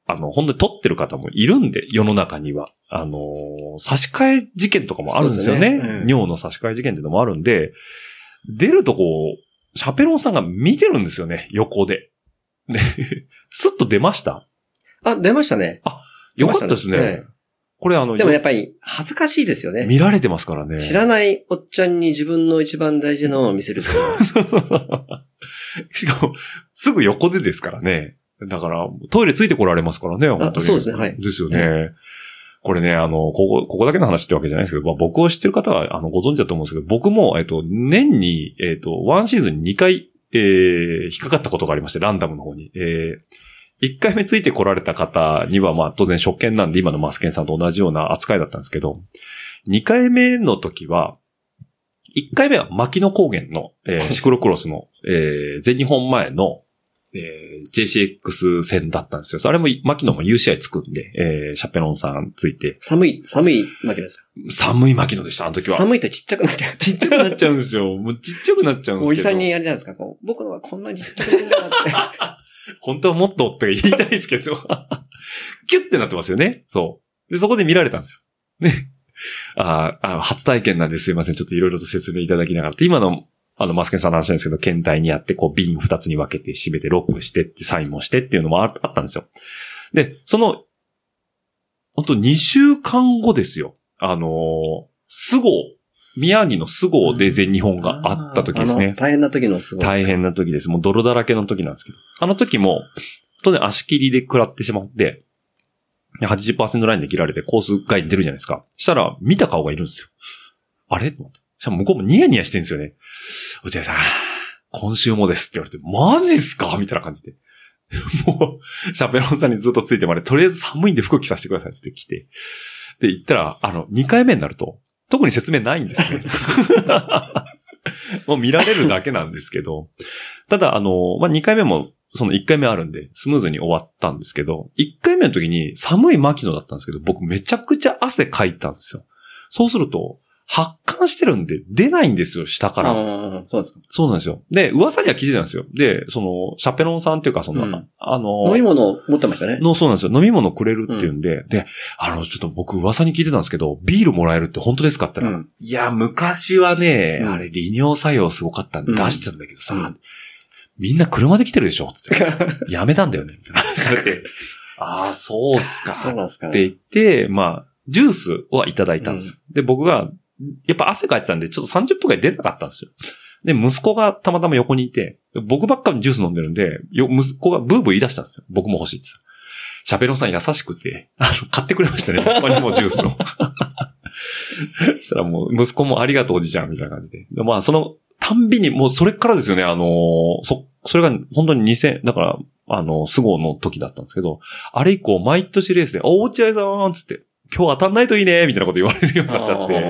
あの、本当に取ってる方もいるんで、世の中には。あのー差し替え事件とかもあるんですよね。そうですねうん尿の差し替え事件っていうのもあるんで、出るとこう、シャペロンさんが見てるんですよね、横で。ね、 スッと出ましたあ、出ましたね。よかったですね。出ましたねえこれあの、でもやっぱり恥ずかしいですよね。見られてますからね。知らないおっちゃんに自分の一番大事なものを見せるっていうのは しかも、すぐ横でですからね。だから、トイレついてこられますからね、 本当に。そうですねはいですよね。これね、あの、ここ、ここだけの話ってわけじゃないですけど、まあ僕を知ってる方は、あの、ご存知だと思うんですけど、僕も、えっと、年に、えっと、ワンシーズンに2回、えー、引っかかったことがありまして、ランダムの方に。えー、1回目ついてこられた方には、まあ、当然初見なんで、今のマスケンさんと同じような扱いだったんですけど、2回目の時は、1回目は牧野高原の、えーシクロクロスの、えー全日本前の、えー JCX 戦だったんですよ。それも、牧野も UCI つくんで、えーシャペロンさんついて、寒い、寒いわけです寒い牧野でした、あの時か。は。寒いとちっちゃくなっちゃう。ちっちゃくなっちゃうんですよ。もうちっちゃくなっちゃうんですけど。 おじさんにあれじゃないですか、こう、僕のはこんなにちっちゃくなるんだなって。本当はもっとって言いたいですけど、 キュッてなってますよね。そう。で、そこで見られたんですよ。ね。あーあ、初体験なんですいません。ちょっといろいろと説明いただきながら。で今の、あの、マスケンさんの話なんですけど、検体にやって、こう、瓶二つに分けて、閉めて、ロックしてって、サインもしてっていうのもああったんですよ。で、その、本当2週間後ですよ。あのー、スゴ宮城のスゴで全日本があった時ですね。あの大変な時のすごい。大。変な時です。もう泥だらけの時なんですけど。あの時も、当然足切りで食らってしまって、で80%ラインで切られてコース外に出るじゃないですか。したら、見た顔がいるんですよ。あれと思って。しかも向こうもニヤニヤしてるんですよね。落合さん、今週もですって言われて、マジっすかみたいな感じで。も う、シャペロンさんにずっとついてまで、とりあえず寒いんで服着させてくださいっつって来て。で、行ったら、あの、2回目になると、特に説明ないんですね。 もう見られるだけなんですけど。ただ、あの、まあ、2回目も、その1回目あるんで、スムーズに終わったんですけど、1回目の時に寒い牧野だったんですけど、僕めちゃくちゃ汗かいたんですよ。そうすると、発汗してるんで出ないんですよ、下から。ああ、そうですか。そうなんですよ。で、噂には聞いてたんですよ。で、その、シャペロンさんっていうか、その、うんあの、飲み物を持ってましたね。 の、そうなんですよ。飲み物くれるっていうんで、で、あの、ちょっと僕噂に聞いてたんですけど、ビールもらえるって本当ですかって言ったら、うんいや、昔はね、うんあれ、利尿作用すごかったんでうん出してたんだけどさ、うんみんな車で来てるでしょつって。 やめたんだよね。みたいな話されて、ああ、そうっすか。そうなんですか。って言って、まあ、ジュースはいただいたんですよ。で、僕が、やっぱ汗かいてたんで、ちょっと30分くらい出なかったんですよ。で、息子がたまたま横にいて、僕ばっかりジュース飲んでるんで、よ息子がブーブー言い出したんですよ。僕も欲しいって言ってた。シャペロンさん優しくて、あの、買ってくれましたね。息子にもジュースを。そしたらもう、息子もありがとうおじちゃんみたいな感じで。でまあ、その、たんびに、もうそれからですよね、あのーそ、それが本当に2000、だから、あの、スゴの時だったんですけど、あれ以降、毎年レースで、お、落合さんっつって、今日当たんないといいねみたいなこと言われるようになっちゃって、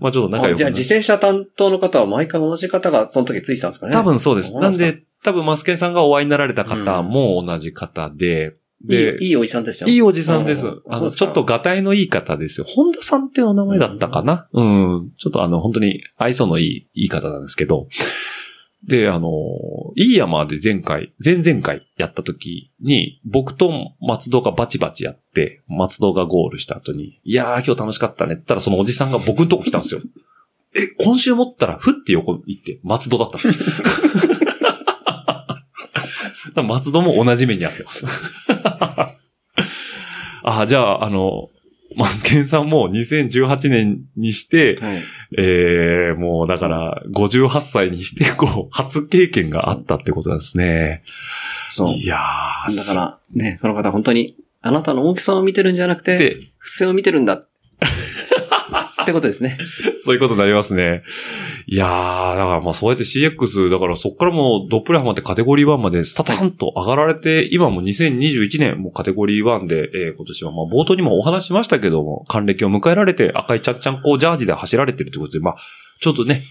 まあちょっと仲あ良あくじゃなあっ自転車担当の方は毎回同じ方がその時ついてたんですかね。多分そうです。そうななんんですかで、多分マスケンさんがお会いになられた方も同じ方で、いでい、いいおじさんですよ。いいおじさんですあー。あそうの、ですちかょっとがたいのいい方ですよ。本田さんっていうお名前だったかな、うん、ちょっとあの、本当に愛想のいい、いい方なんですけど。で、あの、いい山で前回、前々回やった時に、僕と松戸がバチバチやって、松戸がゴールした後に、いやー今日楽しかったねって言ったら、そのおじさんが僕のとこ来たん ですよ。え、今週持ったら、ふって横行って、松戸だったんですよ。だ から 松戸も同じ目にあってます。あ、じゃあ、あの、マスケンさんも2018年にして、はい。えー、もうだから、58歳にして、こう、初経験があったってことなんですね。そう。いやー、だから、ね、その方本当に、あなたの大きさを見てるんじゃなくて、で、不正を見てるんだ。 ってことですね。そういうことになりますね。いやー、だからまあそうやって CX、だからそっからもうドップレハマってカテゴリー1までスタタンと上がられて、今もう2021年、もうカテゴリー1で、えー今年はまあ冒頭にもお話しましたけども、還暦を迎えられて赤いちゃんちゃんこジャージで走られてるってことで、まあ、ちょっとね、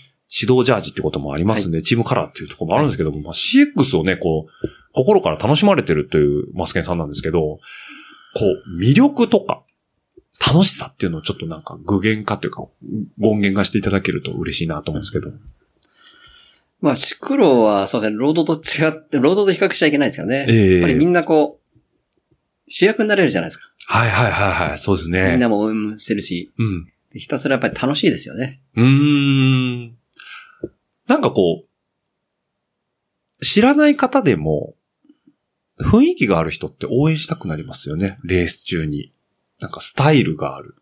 指導ジャージってこともありますんで、チームカラーっていうところもあるんですけども、まあ CX をね、こう、心から楽しまれてるというマスケンさんなんですけど、こう、魅力とか、楽しさっていうのをちょっとなんか具現化というか、権限化していただけると嬉しいなと思うんですけど。まあ、シクロは、そうですね、労働と違って、労働と比較しちゃいけないですからね。ええやっぱりみんなこう、主役になれるじゃないですか。はいはいはいはい、そうですね。みんなも応援してるし、うん。ひたすらやっぱり楽しいですよね。うーん。なんかこう、知らない方でも、雰囲気がある人って応援したくなりますよね。レース中に。なんかスタイルがある。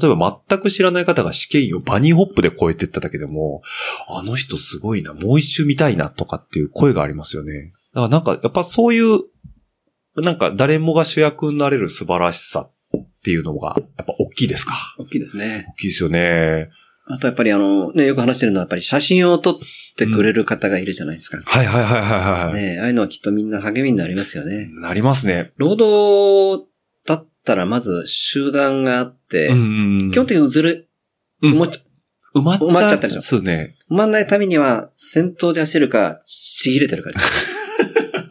例えば全く知らない方が試験員をバニーホップで超えてっただけでも、あの人すごいな、もう一周見たいなとかっていう声がありますよね。だからなんか、やっぱそういう、なんか誰もが主役になれる素晴らしさっていうのが、やっぱ大きいですか。大きいですね。大きいですよね。あとやっぱりあの、ね、よく話してるのはやっぱり写真を撮ってくれる方がいるじゃないですか。はいはいはいはいはい。ねああいうのはきっとみんな励みになりますよね。なりますね。労働だったらまず集団があって、ん基本的にうずる、うんもうち埋まっ埋まっちちゃゃっったたででししょ。そょうね。埋まんないためには、先頭で走るか、ちぎれてるか です。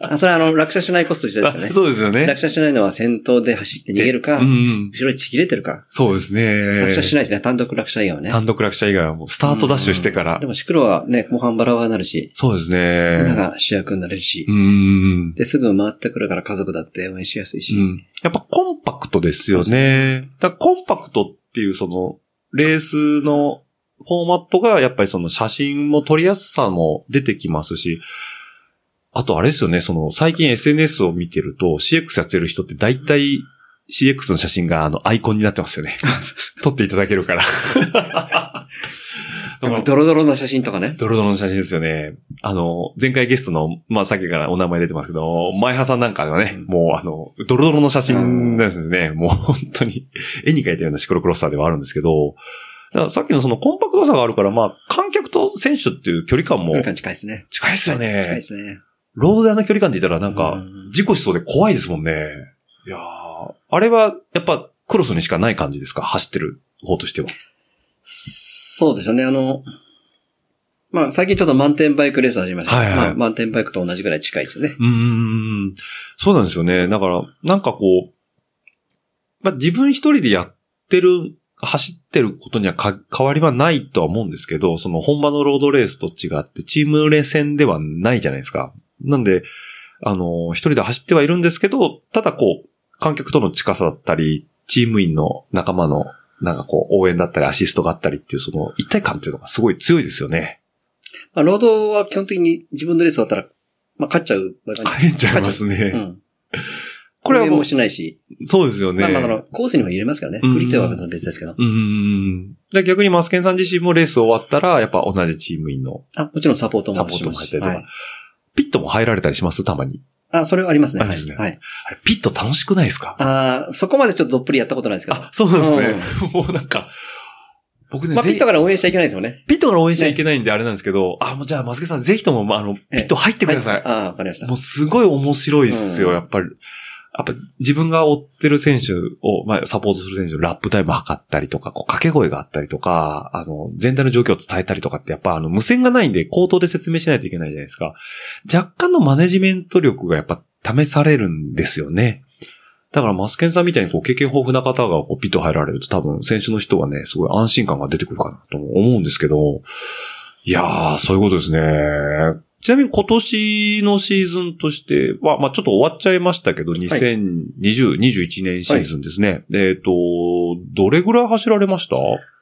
あそれはあの、落車しないコスト一緒ですよねあ。そうですよね。落車しないのは先頭で走って逃げるか、うんうん後ろにちぎれてるか。そうですね。落車しないですね、単独落車以外はね。単独落車以外はもうスタートダッシュしてからで。もシクロはね、後半バラバラになるし、そうですみんなね。が主役になれるしう、ん。で、すぐ回ってくるから家族だって応援しやすいし。うん。やっぱコンパクトですよね。だからコンパクトっていうその、レースのフォーマットがやっぱりその写真も撮りやすさも出てきますし、あとあれですよね、その最近 SNS を見てると CX やってる人って大体 CX の写真があのアイコンになってますよ ね。撮っていただけるから。やっぱりドロドロの写真とかね。ドロドロの写真ですよね。あの、前回ゲストの、まあ、さっきからお名前出てますけど、前派さんなんかはね、うんもうあの、ドロドロの写真ですね。もう本当に、絵に描いたようなシクロクロスターではあるんですけど、だからさっきのそのコンパクトさがあるから、まあ、観客と選手っていう距離感も距離感近いですね。近いですよね。近いですね。ロードであの距離感でいたらなんうかん、事故しそうで怖いですもんね。いやーあれは、やっぱ、クロスにしかない感じですか走ってる方としては。そうですよね。あの、まあ、最近ちょっとマウンテンバイクレース始めましたけど。はいはいまあ、マウンテンバイクと同じぐらい近いですよね。うーん。そうなんですよね。だから、なんかこう、まあ、自分一人でやってる、走ってることにはか変わりはないとは思うんですけど、その本場のロードレースと違って、チームレ戦ではないじゃないですか。なんで、あの、一人で走ってはいるんですけど、ただこう、観客との近さだったり、チーム員の仲間の、なんかこう、応援だったり、アシストがあったりっていう、その一体感っていうのがすごい強いですよね。まあ、労働は基本的に自分のレース終わったら、まあ、勝っちゃう場合がある。変えちゃいますね。うん。ここれれははももうう、しないし。そうですよね。まあ、まあ、その、コースにも入れますからね。うん売り手は別ですけど。うん。だから逆にマスケンさん自身もレース終わったら、やっぱ同じチーム員のあ、もちろんサポートサもポーしトまもす入っしたりとはかい。ピットも入られたりしますたまに。あ、それはありますね。あはりいますねはい。あれ、ピット楽しくないですかあーそこまでちょっとどっぷりやったことないですけど。あ、そうなんですね。もうなんか、僕ね、まあ、ぜピひットから応援しちゃいけないですよね。ピットから応援しちゃいけないんであれなんですけど、あ、もうじゃあマスケンさんぜひとも、まあ、あの、ピット入ってくださ。はいあーわかりましたも。うすごい面白いっすよ、うんやっぱり。やっぱ自分が追ってる選手を、まあ、サポートする選手のラップタイム測ったりとか、こう掛け声があったりとか、あの、全体の状況を伝えたりとかって、やっぱあの、無線がないんで口頭で説明しないといけないじゃないですか。若干のマネジメント力がやっぱ試されるんですよね。だからマスケンさんみたいにこう経験豊富な方がこうピット入られると多分選手の人はね、すごい安心感が出てくるかなと思うんですけど、いやー、そういうことですね。ちなみに今年のシーズンとしては、まあちょっと終わっちゃいましたけど、2020、21年シーズンですね。えっ、と、どれぐらい走られました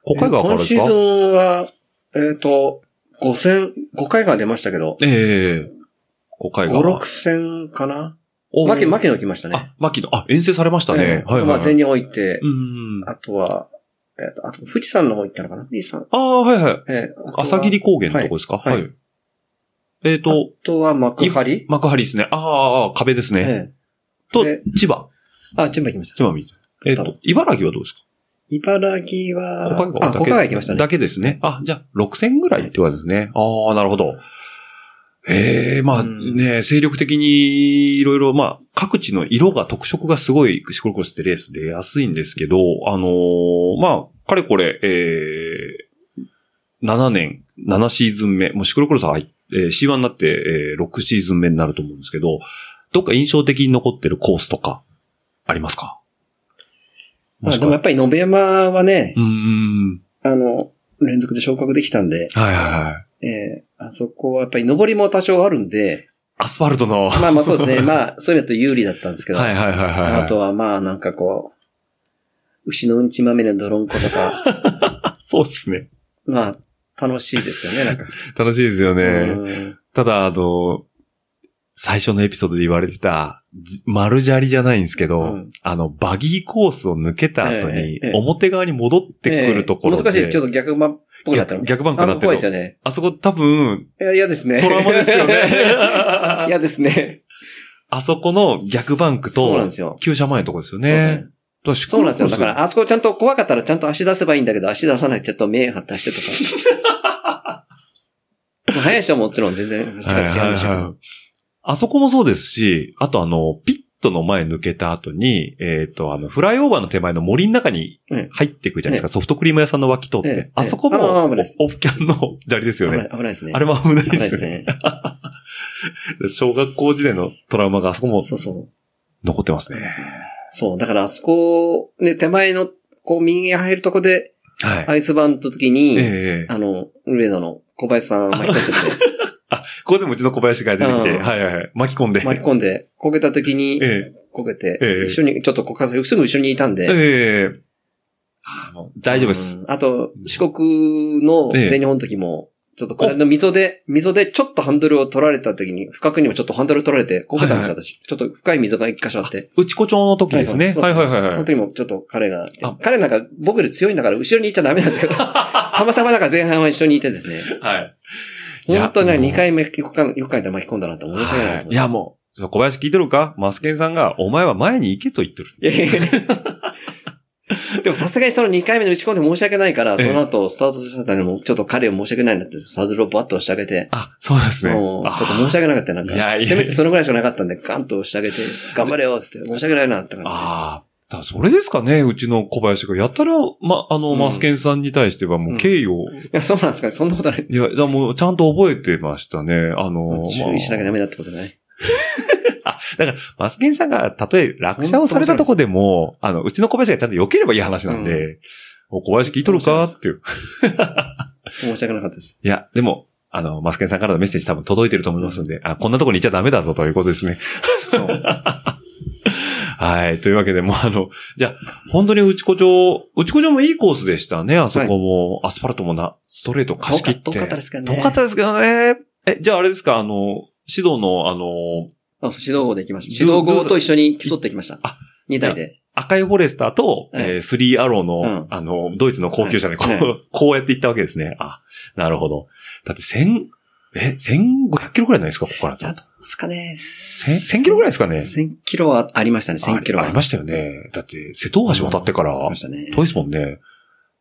国海側からですか今シーズンは、えっ、と、5戦、5回が出ましたけど、ええ国海5、側6。戦かなおーマキ、マキの来ましたね。あ、牧野。あ、遠征されましたね。ええはいはいまあ、はい。全日本行って、うん。あとは、えっと、あと、富士山の方行ったのかな富士山。ああ、はいはい。ええあとは朝霧高原のとこですかは。はいいえっ、と、あとは幕張幕張ですね。あーあー、壁ですね。ええとで、千葉。あ、千葉行きました。千葉見て。えっ、と、茨城はどうですか茨城は、小海川あ、だ小け。海川行きましたね。だけですね。あ、じゃあ、6000ぐらいってことですね。ああ、なるほど。ええまあうんね、精力的にいろいろ、まあ、各地の色が特色がすごい、シコロクロスってレースで安いんですけど、あのーまあ、かれこれ、えー、7年、7シーズン目、もうシクロクロスは入っ、えー、C1 になって、えー、6シーズン目になると思うんですけど、どっか印象的に残ってるコースとか、ありますかまもあしでくもやはっぱり野辺山はねう、ーん。あの、連続で昇格できたんで、はいはいはい。ええあそこはやっぱり登りも多少ある んで、アスファルトの。はまあまあそうですね、まあそういうのと有利だったんですけいど、はいはいはい。あとはまあなんかこう、牛のうんちまみれの泥んことか、 そうですね。まあ楽しいですよね、なんか。楽しいですよね。うんただ、あの、最初のエピソードで言われてた、じ丸砂利じゃないんですけど、うんあの、バギーコースを抜けた後にええええ、表側に戻ってくるところで、ええ難しい、ちょっと逆版っぽくなったの逆。逆バンクあになそっこて怖いるですよね。あそこ多分、いや、嫌ですね。トラウマですよね。 嫌ですね。 あそこの逆バンクそうなんでと、すよ。旧車前のところですよそうですねね。そうそうなんですよ。だから、あそこちゃんと怖かったらちゃんと足出せばいいんだけど、足出さないちょっと目張って足してとか。まあ早い人はもちろん全然、違うはいはい違うでしょうけはど。いあそこもそうですし、あとあの、ピットの前抜けた後に、えっ、と、あの、フライオーバーの手前の森の中にうん入っていくじゃないですか、えソフトクリーム屋さんの脇通って。ええあそこええあもあ危ないです、オフキャンの砂利ですよ危なねい。危ないですね。あれも危ないで危ないですすよね。ね。小学校時代のトラウマがあそこもそうそう。残ってます危ないねで。すねそう、だからあそこ、ね、手前の、こう右へ入るとこで、はい。アイスバーンの時えに、えええあの、上野の小林さん巻き込んじゃっここでもうちの小林が出てきて、うんはいはいはい。巻き込んで。て、巻き込んで、こけた時に、えこけええて、一緒に、ちょっとこかすすぐ後ろにいたんえで、ええあの大丈夫です。うん。あと、四国の全日本の時も、ちょっとこれの溝で、溝でちょっとハンドルを取られた時に、深くにもちょっとハンドル取られて、こけたんですよ、は私。ちょっと深い溝が一箇所あって。内子町の時ですね。はいはいはいはい。本当にもちょっと彼があ、彼なんか僕より強いんだから後ろに行っちゃダメなんだけど、たまたまなんか前半は一緒にいてですね、はい。本当にいや2回目、よくかよく書いたら巻き込んだなって申し訳ないなとは思いいや、もう、そう小林聞いてるかマスケンさんが、お前は前に行けと言ってる。いやいやいや でもさすがにその2回目の打ち込んで申し訳ないから、ええその後スタートしたのにも、ちょっと彼を申し訳ないなって、サドルをバッと押してあげて、あ、そうですね。もう、ちょっと申しし訳なかったよなんか。いやいやいやせめてそのぐらいしかなかったんで、ガンと押してあげて、頑張れよっつって、申し訳ないなって感じで。ああ。だからそれですかね、うちの小林が。やたら、ま、あの、うんマスケンさんに対してはもう敬意を、いや、そうなんですかね。そんなことない。いや、だからもうちゃんと覚えてましたね。あの、注意しなきゃダまメだってことね。あだから、マスケンさんが、たとえ落車をされたとこでも、あの、うちの小林がちゃんと避ければいい話なんで、お小林聞いとるかっていう。申し訳なかったです。いや、でも、あの、マスケンさんからのメッセージ多分届いてると思いますんで、あ、こんなとこにいちゃダメだぞということですね。 そう。はい。というわけで、もうあの、じゃあ、本当に内子町、内子町もいいコースでしたね。あそこも、アスファルトもな、ストレート貸し切って。遠かったですけどね。遠かったですけどね。え、じゃああれですか、あの、指導の、あの、あ指導号で行きました。ど指導号と一緒に競ってきました。あ2台で。赤いフォレスターと、はいえースリーアローの、うんあの、ドイツの高級車で、こう、はいはこうやって行ったわけですね。あ、なるほど。だって、千、え、千五百キロくらいないですか、ここからい。や、どうですかね。千、千キロくらいですかね。 1000キロはありましたね、1000キロあはりましたよね。だって、瀬戸大橋渡ってから、ありましたね。遠いですもんね。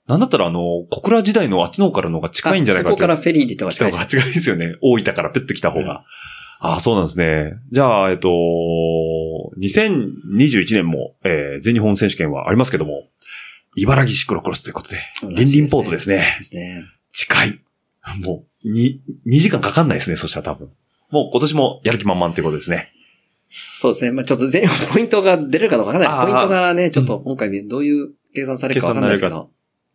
なんだったら、あの、小倉時代のあっちの方からの方が近いんじゃないかあっこて。こからフェリーで行った方が来た近い方でがす。近いですよね。大分からペッと来た方が。ああ、そうなんですね。じゃあ、えっと、2021年も、えー全日本選手権はありますけども、茨城シクロクロスということで、リンリンポートですね。ですね。近い。もう、に、2時間かかんないですね、そしたら多分。もう今年もやる気満々ということですね。そうですね。まあちょっと全部ポイントが出れるかどうかわからあなーい。ポイントがね、ちょっと今回どういう計算されるかわからないですけど。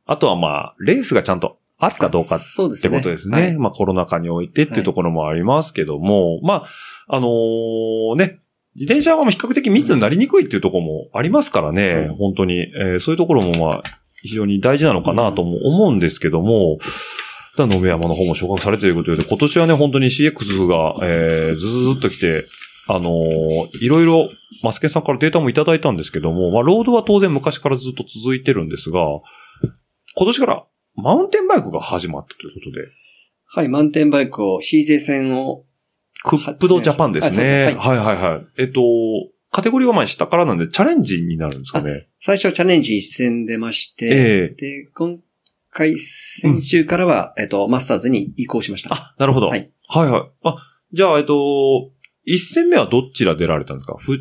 あとはまあ、レースがちゃんとあるかどうかっそうでっすてね。ことですね。はいまあコロナ禍においてっていうところもありますけども、まあ、あのーね、自転車は比較的密になりにくいっていうところもありますからね、うん本当に、えーそういうところもまあ、非常に大事なのかなとも思うんですけども、だ野辺山の方も昇格されているということで、今年はね、本当に CX が、えー、ずーっと来て、あのーいろいろ、マスケンさんからデータもいただいたんですけども、まあ、ロードは当然昔からずっと続いてるんですが、今年からマウンテンバイクが始まったということで、はい、マウンテンバイクを CJ 線を、クップドジャパンですね。あはいはいはい。えっと、カテゴリーは前下からなんで、チャレンジになるんですかね。最初チャレンジ一戦出まして、ええで、今回、先週からは、えっと、マスターズに移行しました。あ、なるほど。ははいい、はいはいあ、じゃあ、えっと、一戦目はどちら出られたんですかふ、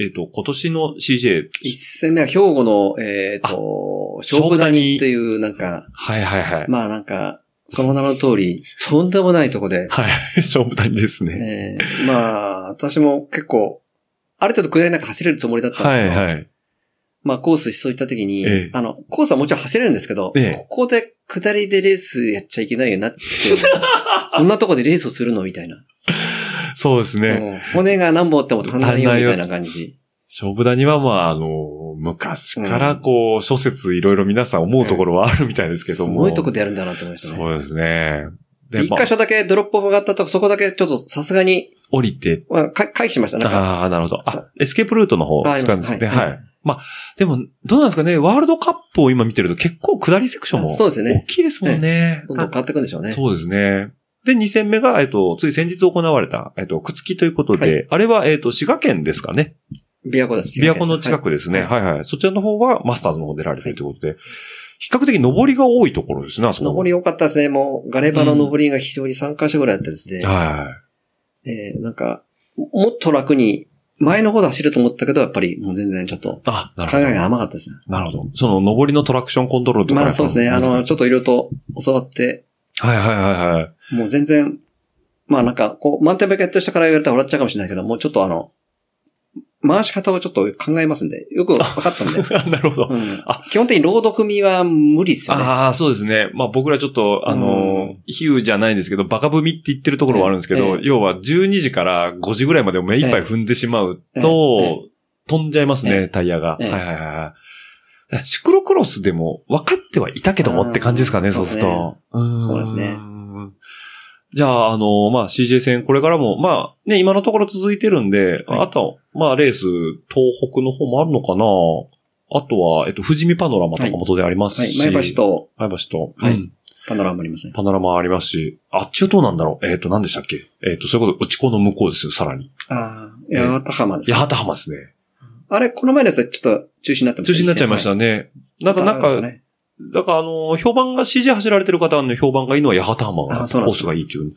えっと、今年の CJ。一戦目は兵庫の、えっと、勝負谷っていう、なんか、はいはいはい。まあなんか、その名の通り、とんでもないとこで、はい、 勝負谷ですね。えーまあ、私も結構、ある程度下りの中走れるつもりだったんですはけいど、はい。まあコースそういった時に、ええあの、コースはもちろん走れるんですけど、ええここで下りでレースやっちゃいけないよなって、 こんなとこでレースをするのみたいな。そうですね。うん骨が何本あっても足んないよみたいな感じ。勝負谷はまあ、あの、昔からこう、諸説いろいろ皆さん思うところはあるみたいですけすども。ごいとこででやるんだなと思いましたね。そうですね。で、一まあ箇、所だけドロップオフがあったとこ、そこだけちょっとさすがに、降りてまあ、か回避しました。なんか、ああ、なるほど。あ、エスケープルートの方ああ来りまたすんですね。は。はいいまあ、でも、どうなんですかね。ワールドカップを今見てると結構下りセクションもあそうですね大きいですもんね。どんどん変わっていくんでしょうね。そうですね。で、2戦目が、えっと、つい先日行われた、えっと、くつきということで、あれは、えっと、滋賀県ですかね。琵琶湖です。琵琶湖の近く。くですね。ははい、はい、そちらの方がマスターズの方出られてるということで、比較的上りが多いところですね、あそこ。登り良かったですね。もう、ガレバの登りが非常に3箇所ぐらいあってですね。はえーなんか、もっと楽に、前の方で走ると思ったけど、やっぱりもう全然ちょっとい。、あ、なる考ほえど。が甘かったですね。なるほど。その上りのトラクションコントロールとか。まあそうですね。あの、はいちょっといろいろと教わって、はいはいはい。 もう全然、まあなんか、こう、満点バイクやってる人から言われたら笑っちゃうかもしれないけど、もうちょっとあの、回し方をちょっと考えますんで、よく分かったん で。なるほど。うんあ基本的に朗読組は無理ですよね。ああ、そうですね。まあ僕らちょっと、あの、比喩じゃないんですけど、バカ踏みって言ってるところはあるんですけど、ええ要は12時から5時ぐらいまでを目いっぱい踏んでしまうと、ええ飛んじゃいますえね、タイヤが。ええはいはいはい。シクロクロスでも分かってはいたけどもって感じですかね、うんそうすると。うんそうですね。じゃあ、あの、まあ、CJ 戦、これからも、まあ、ね、今のところ続いてるんで、はいあとは、まあ、レース、東北の方もあるのかなあとは、えっと、富士見パノラマとかも当然ありますし。はい、前橋と前橋と、はいうんパノラマもありますね。パノラマありますし、あっちはどうなんだろうえっ、と、何でしたっけえっ、と、そういうこと、内子の向こうですよ、さらに。ああ、ええ八幡浜ですね八幡浜ですね。あれ、この前のやつはちょっと中止になってま中した止になっちゃいましたね。なんか、なんあるか、ですよねだから、あのー、評判が、CG 走られてる方の評判がいいのは八幡浜が、コあそうなんーですスがいいという。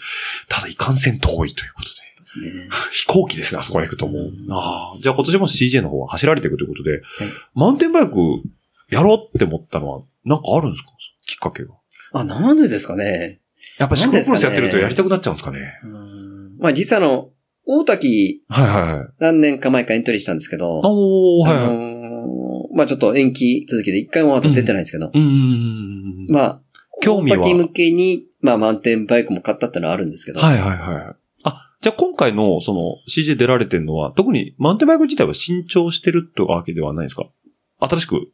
ただ、いかんせん遠いということで。ですね飛行機ですね、あそこまで行くともう。ああ。じゃあ今年も CJ の方は走られていくということで、マウンテンバイクやろうって思ったのは、なんかあるんですかきっかけが。あ、なんでですかね。やっぱシクロクロスやってるとなんですかねやりたくなっちゃうんですかね。うんまあ実はあの、大滝はいはいはい。何年か前かエントリーしたんですけど、おー、はいあはい。のーまあちょっと延期続きで一回もまだ出てないんですけど、うーん。まあ、興味は大滝向けに、まあマウンテンバイクも買ったってのはあるんですけど、はいはいはい。あ、じゃあ今回のその CJ 出られてるのは、特にマウンテンバイク自体は新調してるとかわけではないですか新しく。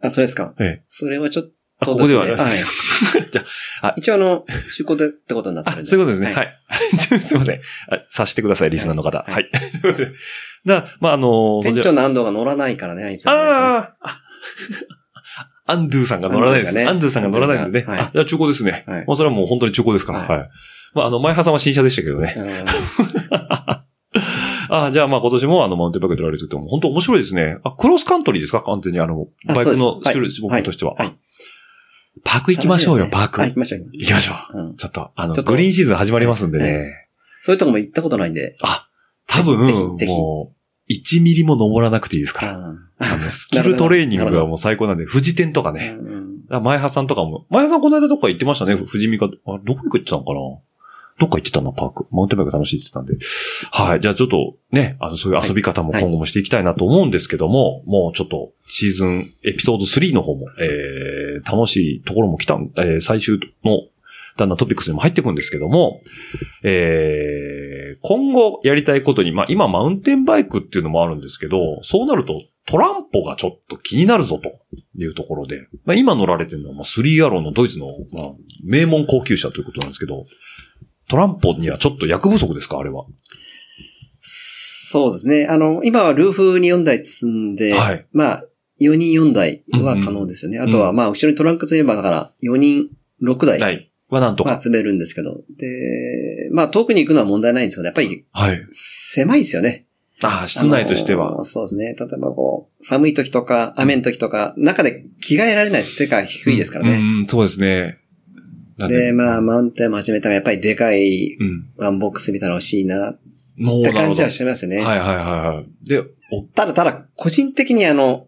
あ、それですか。ええ。それはちょっあ、とここではですねない。 じゃあ、あ一応あの、中古でってことになってるんあ、で。そういうことですね。は。はいい。 すいません。あ察してください、リスナーの方。はいはい。 ということで。だまあ、あのー店そちら長の安藤が乗らないからね、あいつはねあああ アンドゥさんが乗らないですね。アアンンドドゥゥささんんがが乗らないんでね。はいあ、じゃあ中古ですね。はいまあ、それはもう本当に中古ですから。は。はいまあ、あの、前葉さんは新車でしたけどね。うんああ、じゃあまあ今年もあの、マウンテンバイクで乗られてると思う。本当面白いですね。あ、クロスカントリーですか完全にあの、あバイクのそうで種すは類、い種目としては。はいはいあパーク行きましょうよ、楽パーですねク。はい、行きましょう。行きましょう。うんちょっと、あの、ちょっとグリーンシーズン始まりますんでね。はそういうとこも行ったことないんで。あ、多分、ぜひぜひもう、1ミリも登らなくていいですから。あのスキルトレーニングがもう最高なんで、富士店とかね。うんあ前葉さんとかも。前葉さんこの間どっか行ってましたね。富士見か。あ、どこ行ってたのかなどっか行ってたな、パーク。マウンテンバイク楽しいって言ってたんで。はい。じゃあちょっとね、あの、そういう遊び方も今後もしていきたいなと思うんですけども、もうちょっとシーズン、エピソード3の方も、えー、楽しいところも来たん、えー、最終の、だんだんトピックスにも入っていくんですけども、えー、今後やりたいことに、まあ今マウンテンバイクっていうのもあるんですけど、そうなるとトランポがちょっと気になるぞというところで、まあ今乗られてるのはまあスリーアローのドイツの、まあ、名門高級車ということなんですけど、トランポにはちょっと役不足ですかあれは。そうですね。あの、今はルーフに4台積んで、はいまあ、4人4台は可能ですよね。んうんあとは、うまあ、後ろにトランク積めば、だから、4人6台、はい。はなんとまあ、か。積めるんですけど。で、まあ、遠くに行くのは問題ないんですけど、やっぱり、はい。狭いですよね。ああ、室内としてあは。のそうですね。例えばこう、寒い時とか、雨の時とか、中で着替えられない世界低いですからうね。んうん、そうですね。なんで、まあ、マウンテンも始めたら、やっぱりでかいうん。ワンボックスみたいなの欲しいな、っもう、てなる感ほじど。はしてますよね。はいはいはいはい。で、お、ただただ、個人的にあの、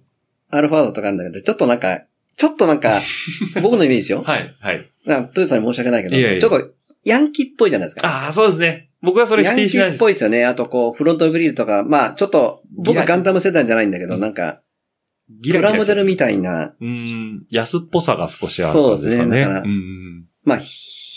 アルファードとかあるんだけど、ちょっとなんか、ちょっとな んか、僕のイメージですよ。はい、はい。なんかトヨタさんに申し訳ないけど、いやいやちょっと、ヤンキーっぽいじゃないですか。ああ、そうですね。僕はそれヤ否ン定キしないーっですぽい。ですよね。あとこう、フロントグリルとか、まあ、ちょっと、僕はガンダム世代じゃないんだけうど、んなんか、ギプラモデルみい。たいな、うん。安っぽさが少しある感じですかそうですねね。だからうんうん。まあ、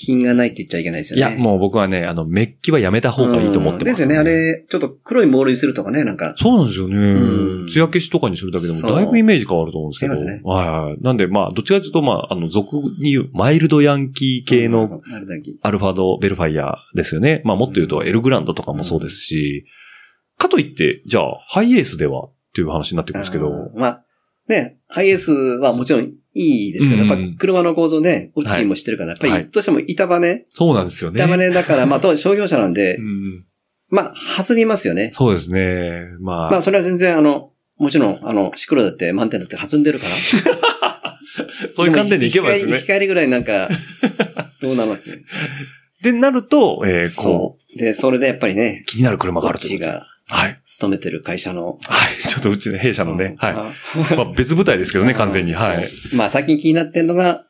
品がないって言っちゃいけないですよいね。や、もう僕はね、あの、メッキはやめた方がいいと思ってます。うんですよね。あ。れ、ちょっと黒いモールにするとかね、なんか。そうなんですようね。ん艶消しとかにするだけでも、そうだいぶイメージ変わると思うんですけど。違いますねはいはい。なんで、まあ、どっちかというと、まあ、あの、俗に言う、マイルドヤンキー系のあれだけ。アルファド・ベルファイアですよね。まあ、もっと言うと、エルグランドとかもそうですし、かといって、じゃあ、ハイエースではっていう話になってくるんですけど、あーまあ、ね、ハイエースはもちろんいいですけど、うんやっぱ車の構造ね、オッチーもしてるから、やっぱはいりどうしても板バネ、そうなんですよね。板バネだから、まあ、当商業者なんでう、ん、まあ、弾みますよね。そうですね。まあ、まあ、それは全然、あの、もちろん、あの、シクロだって満点だって弾ん でるから。そういう観点でいけばですもね引き。返りぐらいな んか、どうなのって。で、なると、えーこそう。で、それでやっぱりねう、、気になる車オがあッるとチいうーことで。がはい。勤めてる会社の、はい。ちょっとうちの弊社のね、はい。あまあ、別舞台ですけどね、完全に。はい。そうまあ、最近気になってんのが、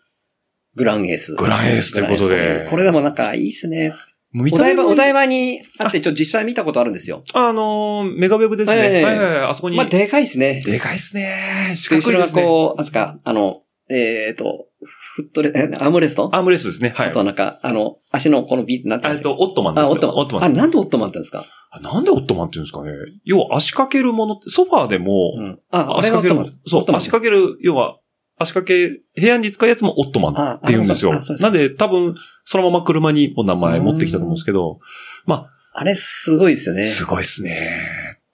グランエース。グランエースということでグランエースこれでもなんか、いいっすね。もう見おた目台場、もお台場にあって、ちょ、実際見たことあるんですよ。あのーメガウェブですね。ええはいはいはい。あそこに。まあ、でかいっすね。でかいっすね。四後角いろでがすね。こう、なんつうか、あの、えっと、フットレ、えアームレストアームレスですね。はあいと。はなんか、あの、足のこのビーなんていうんえでっすかと、オットマンですあ、ね。オットマン。あ、ですなんでオットマンって言うんですかあなんでオットマンって言うんですかね。要は足掛けるものって、ソファーでも、うん。あ、あ足れが掛けオットるマもンの。そう、足掛ける、要は、足掛け、部屋に使うやつもオットマンって言うんですよああそうそう。そうなんで、多分、そのまま車にお名前持ってきたと思うんですけど、あれ、すごいですよね。すごいですね。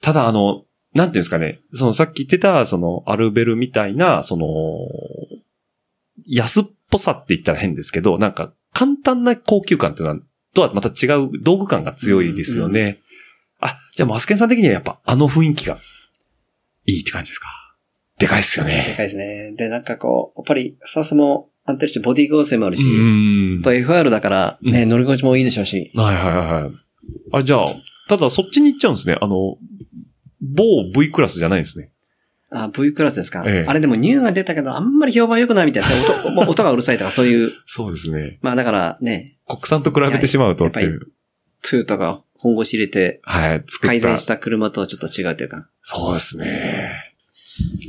ただ、あの、なんていうんですかね、そのさっき言ってた、その、アルベルみたいな、その、安っぽさって言ったら変ですけど、なんか、簡単な高級感っていうのは、とはまた違う道具感が強いですよね。あ、じゃあ、マスケンさん的にはやっぱ、あの雰囲気が、いいって感じですか。でかいっすよでね。かいですね。で、なんかこう、やっぱり、スタスも安定してボディ構成もあるし、うんあと FR だから、ね、乗り心地もいいでしょうし。はいはいはいはい。あれ、じゃあ、ただそっちに行っちゃうんですね。あの、某 V クラスじゃないんですね。あ、V クラスですか。ええあれでもニューが出たけど、あんまり評判良くないみたいですね。音もう音がうるさいとか、そういう。そうですね。まあだからね、国産と比べてしまうとっていやう。トヨタが本腰入れてはい、作った。改善した車とはちょっと違うというか。そうですね。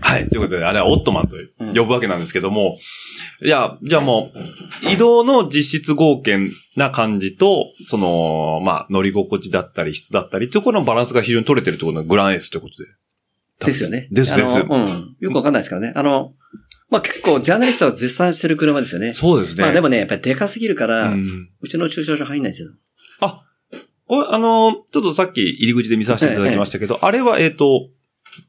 はい。ということで、あれはオットマンと呼ぶわけなんですけども、いや、じゃあもう、移動の実質合憲な感じと、その、まあ、乗り心地だったり、質だったり、というこのバランスが非常に取れてるってことのグランエースということで。ですよね。ですですあのうん。よくわかんないですからね。あの、まあ結構ジャーナリストは絶賛してる車ですよね。そうですね。まあでもね、やっぱりでかすぎるから、ううんちの駐車場入んないんですよ。あ、これ、あの、ちょっとさっき入り口で見させていただきましたけど、あれは、えっ、と、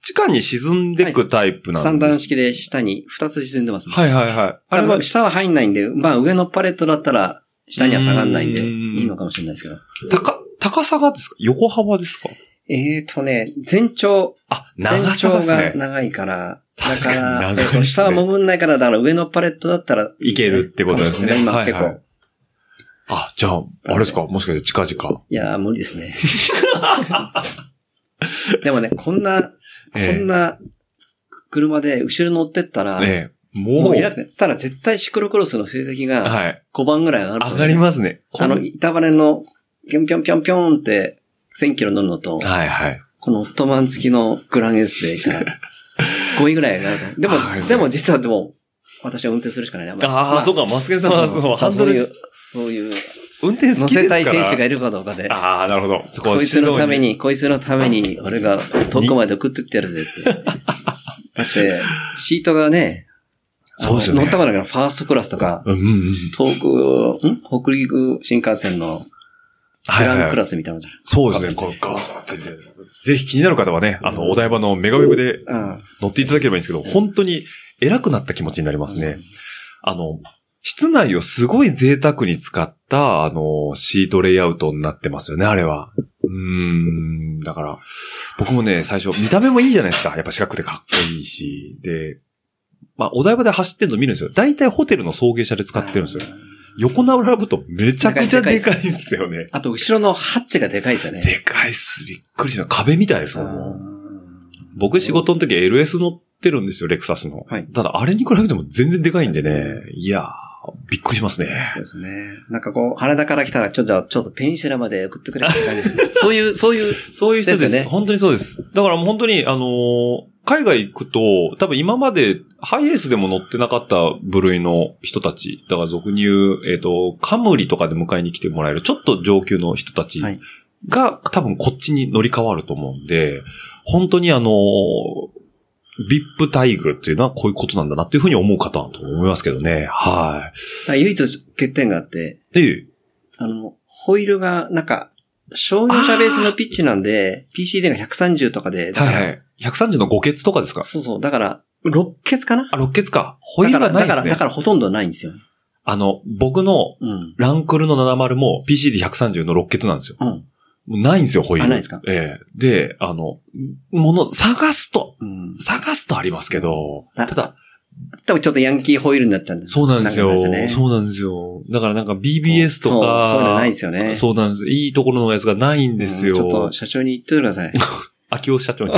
地下に沈んでくタイプなんです。三段式で下に2つ沈んでます、ね。はいはいはい。ああれれはは、下は入んないんで、まあ上のパレットだったら下には下がんないんで、うんいいのかもしれないですけど。高、高さがですか横幅ですかえーとね、全長、あ、全長さ長ですがね。長いから、だ確かかにら、長いですねえーと下は潜んないから、だから上のパレットだったらいけるってことですねかもしれない今結構、はいいはいあ、じゃあ、あれですかもしかして近々。やー、無理ですね。 でもね、こんな、こええんな車で後ろに乗ってったら、ねえ。ももう、ういなくて、したら絶対シクロクロスの成績がはい。 5番ぐらい上がると上思うがりますね。あの、板バネの、ぴょんぴょんぴょんぴょんって、1000キロ乗るのと、はいはい。このオットマン付きのグランエースで、じ ゃあ、5位ぐらいになると思う。であーも、ですねでも実はでも、私は運転するしかないな。まあまあ、そうか、マスケンさそんは、うそそうのハンそドういル、う、そういう、運転好乗きでせすたかいら。選手がいるかどうかで、ああ、なるほど。そここはいつのため指導。に、こいつのために、俺が遠くまで送ってってやる ぜって。だって、シートがね、あのそうですよね乗ったことないからファーストクラスとか、うんうんうん。東北、ん北陸新幹線のはグいはいラはンいクラスみたいなのじゃんそうですね、こうガスって。ぜひ気になる方はね、あの、お台場のメガウェブでうん。乗っていただければいいんですけど、本当に偉くなった気持ちになりますね。あの、室内をすごい贅沢に使った、あの、シートレイアウトになってますよね、あれは。うーん、だから、僕もね、最初、見た目もいいじゃないですか。やっぱ四角でかっこいいし、で、まあ、お台場で走ってるの見るんですよ。大体ホテルの送迎車で使ってるんですよ。。横並ぶとめちゃくちゃでかいんですよね。あと、後ろのハッチがでかいですよね。でかいっす。びっくりした。壁みたいですもん、もう。うん僕仕事の時 LS 乗ってるんですよ、レクサスの。はいただ、あれに比べても全然でかいんでね。いやー、びっくりしますね。そうですね。なんかこう、原田から来たら、ちょ、じゃあ、ちょっとペニシラまで送って くれって感じですねそういう、そういう、そういう人ですですよね本当にそうです。だからもう本当に、あのー海外行くと、多分今までハイエースでも乗ってなかった部類の人たち、だから俗に言う、えっ、と、カムリとかで迎えに来てもらえる、ちょっと上級の人たちはいが、多分こっちに乗り換わると思うんで、本当にあのー、VIP 待遇っていうのはこういうことなんだなっていうふうに思う方だと思いますけどね。はあ唯一の欠点があって、い。で、あの、ホイールが、なんか、商用車ベースのピッチなんで、PCD が130とかで、だはかいらはい。130の5欠とかですかそうそう、だから、6欠かなあ、6欠か。ホイだーかルがら、ないでだかすら、ね。だからほとんどないんですよ。あの、僕のうん。ランクルの70も PCD130 の6欠なんですよ。うん。もうないんですよ、ホイール。あないですかええで、あの、もの、探すと、うん。探すとありますけど、たあだ、多分ちょっとヤンキーホイールになっちゃうんですそうなんですよ。うそうなんですよ。だからなんか BBS とか、そうそういうのないですよねそうなんです。いいところのやつがないんですよ。うんちょっと、社長に言ってください。秋尾社長に。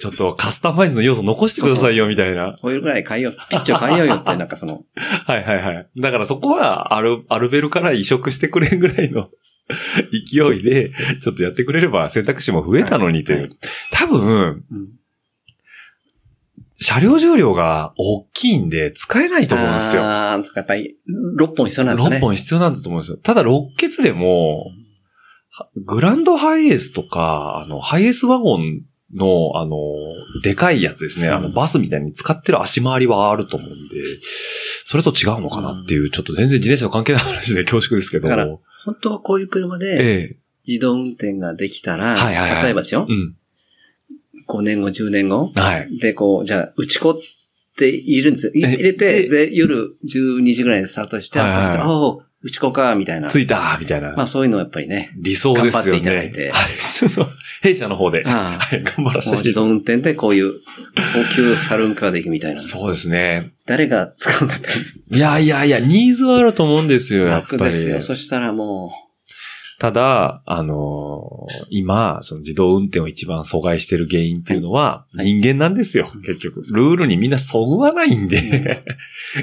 ちょっとカスタマイズの要素残してくださいよ、みたいな。ホイールぐらい変えよう。ピッチを変えようよって、なんかその、はいはいはい。だからそこはアル、アルベルから移植してくれんぐらいの 勢いで、ちょっとやってくれれば選択肢も増えたのにという。はい多分、うん車両重量が大きいんで使えないと思うんですよ。あー、やっぱり、6本必要なんですかね。 6本必要なんだと思うんですよ。ただ6欠でも、はグランドハイエースとか、あの、ハイエースワゴンの、あの、でかいやつですね。あの、うんバスみたいに使ってる足回りはあると思うんで、それと違うのかなっていう、ちょっと全然自転車の関係ない話で恐縮ですけど。だから本当はこういう車でええ。自動運転ができたら、はいはいはい例えばですよう、ん。 5年後、10年後、はい。で、こう、じゃあ、打ち子って入れるんですよ。いえ入れて、でで、夜12時ぐらいにスタートして、はいはい朝起きて、あおう打ち子か、みたいな。ついたみたいな。まあ、そういうのはやっぱりね、理想ですよね。頑張っていただいてはい。ちょっと、弊社の方で、ああはい、 頑張らせもうてい自ただ動運転でこういう高級サルンカーで行くみたいいてな。そうですね。誰が使うんだって感じいやいやいや、ニーズはあると思うんですよ、やっぱ楽り。ですよ。そしたらもただ、あのー今、その自動運転を一番阻害してる原因っていうのは、いはい人間なんですよ、結局。ルールにみんなそぐわないん で、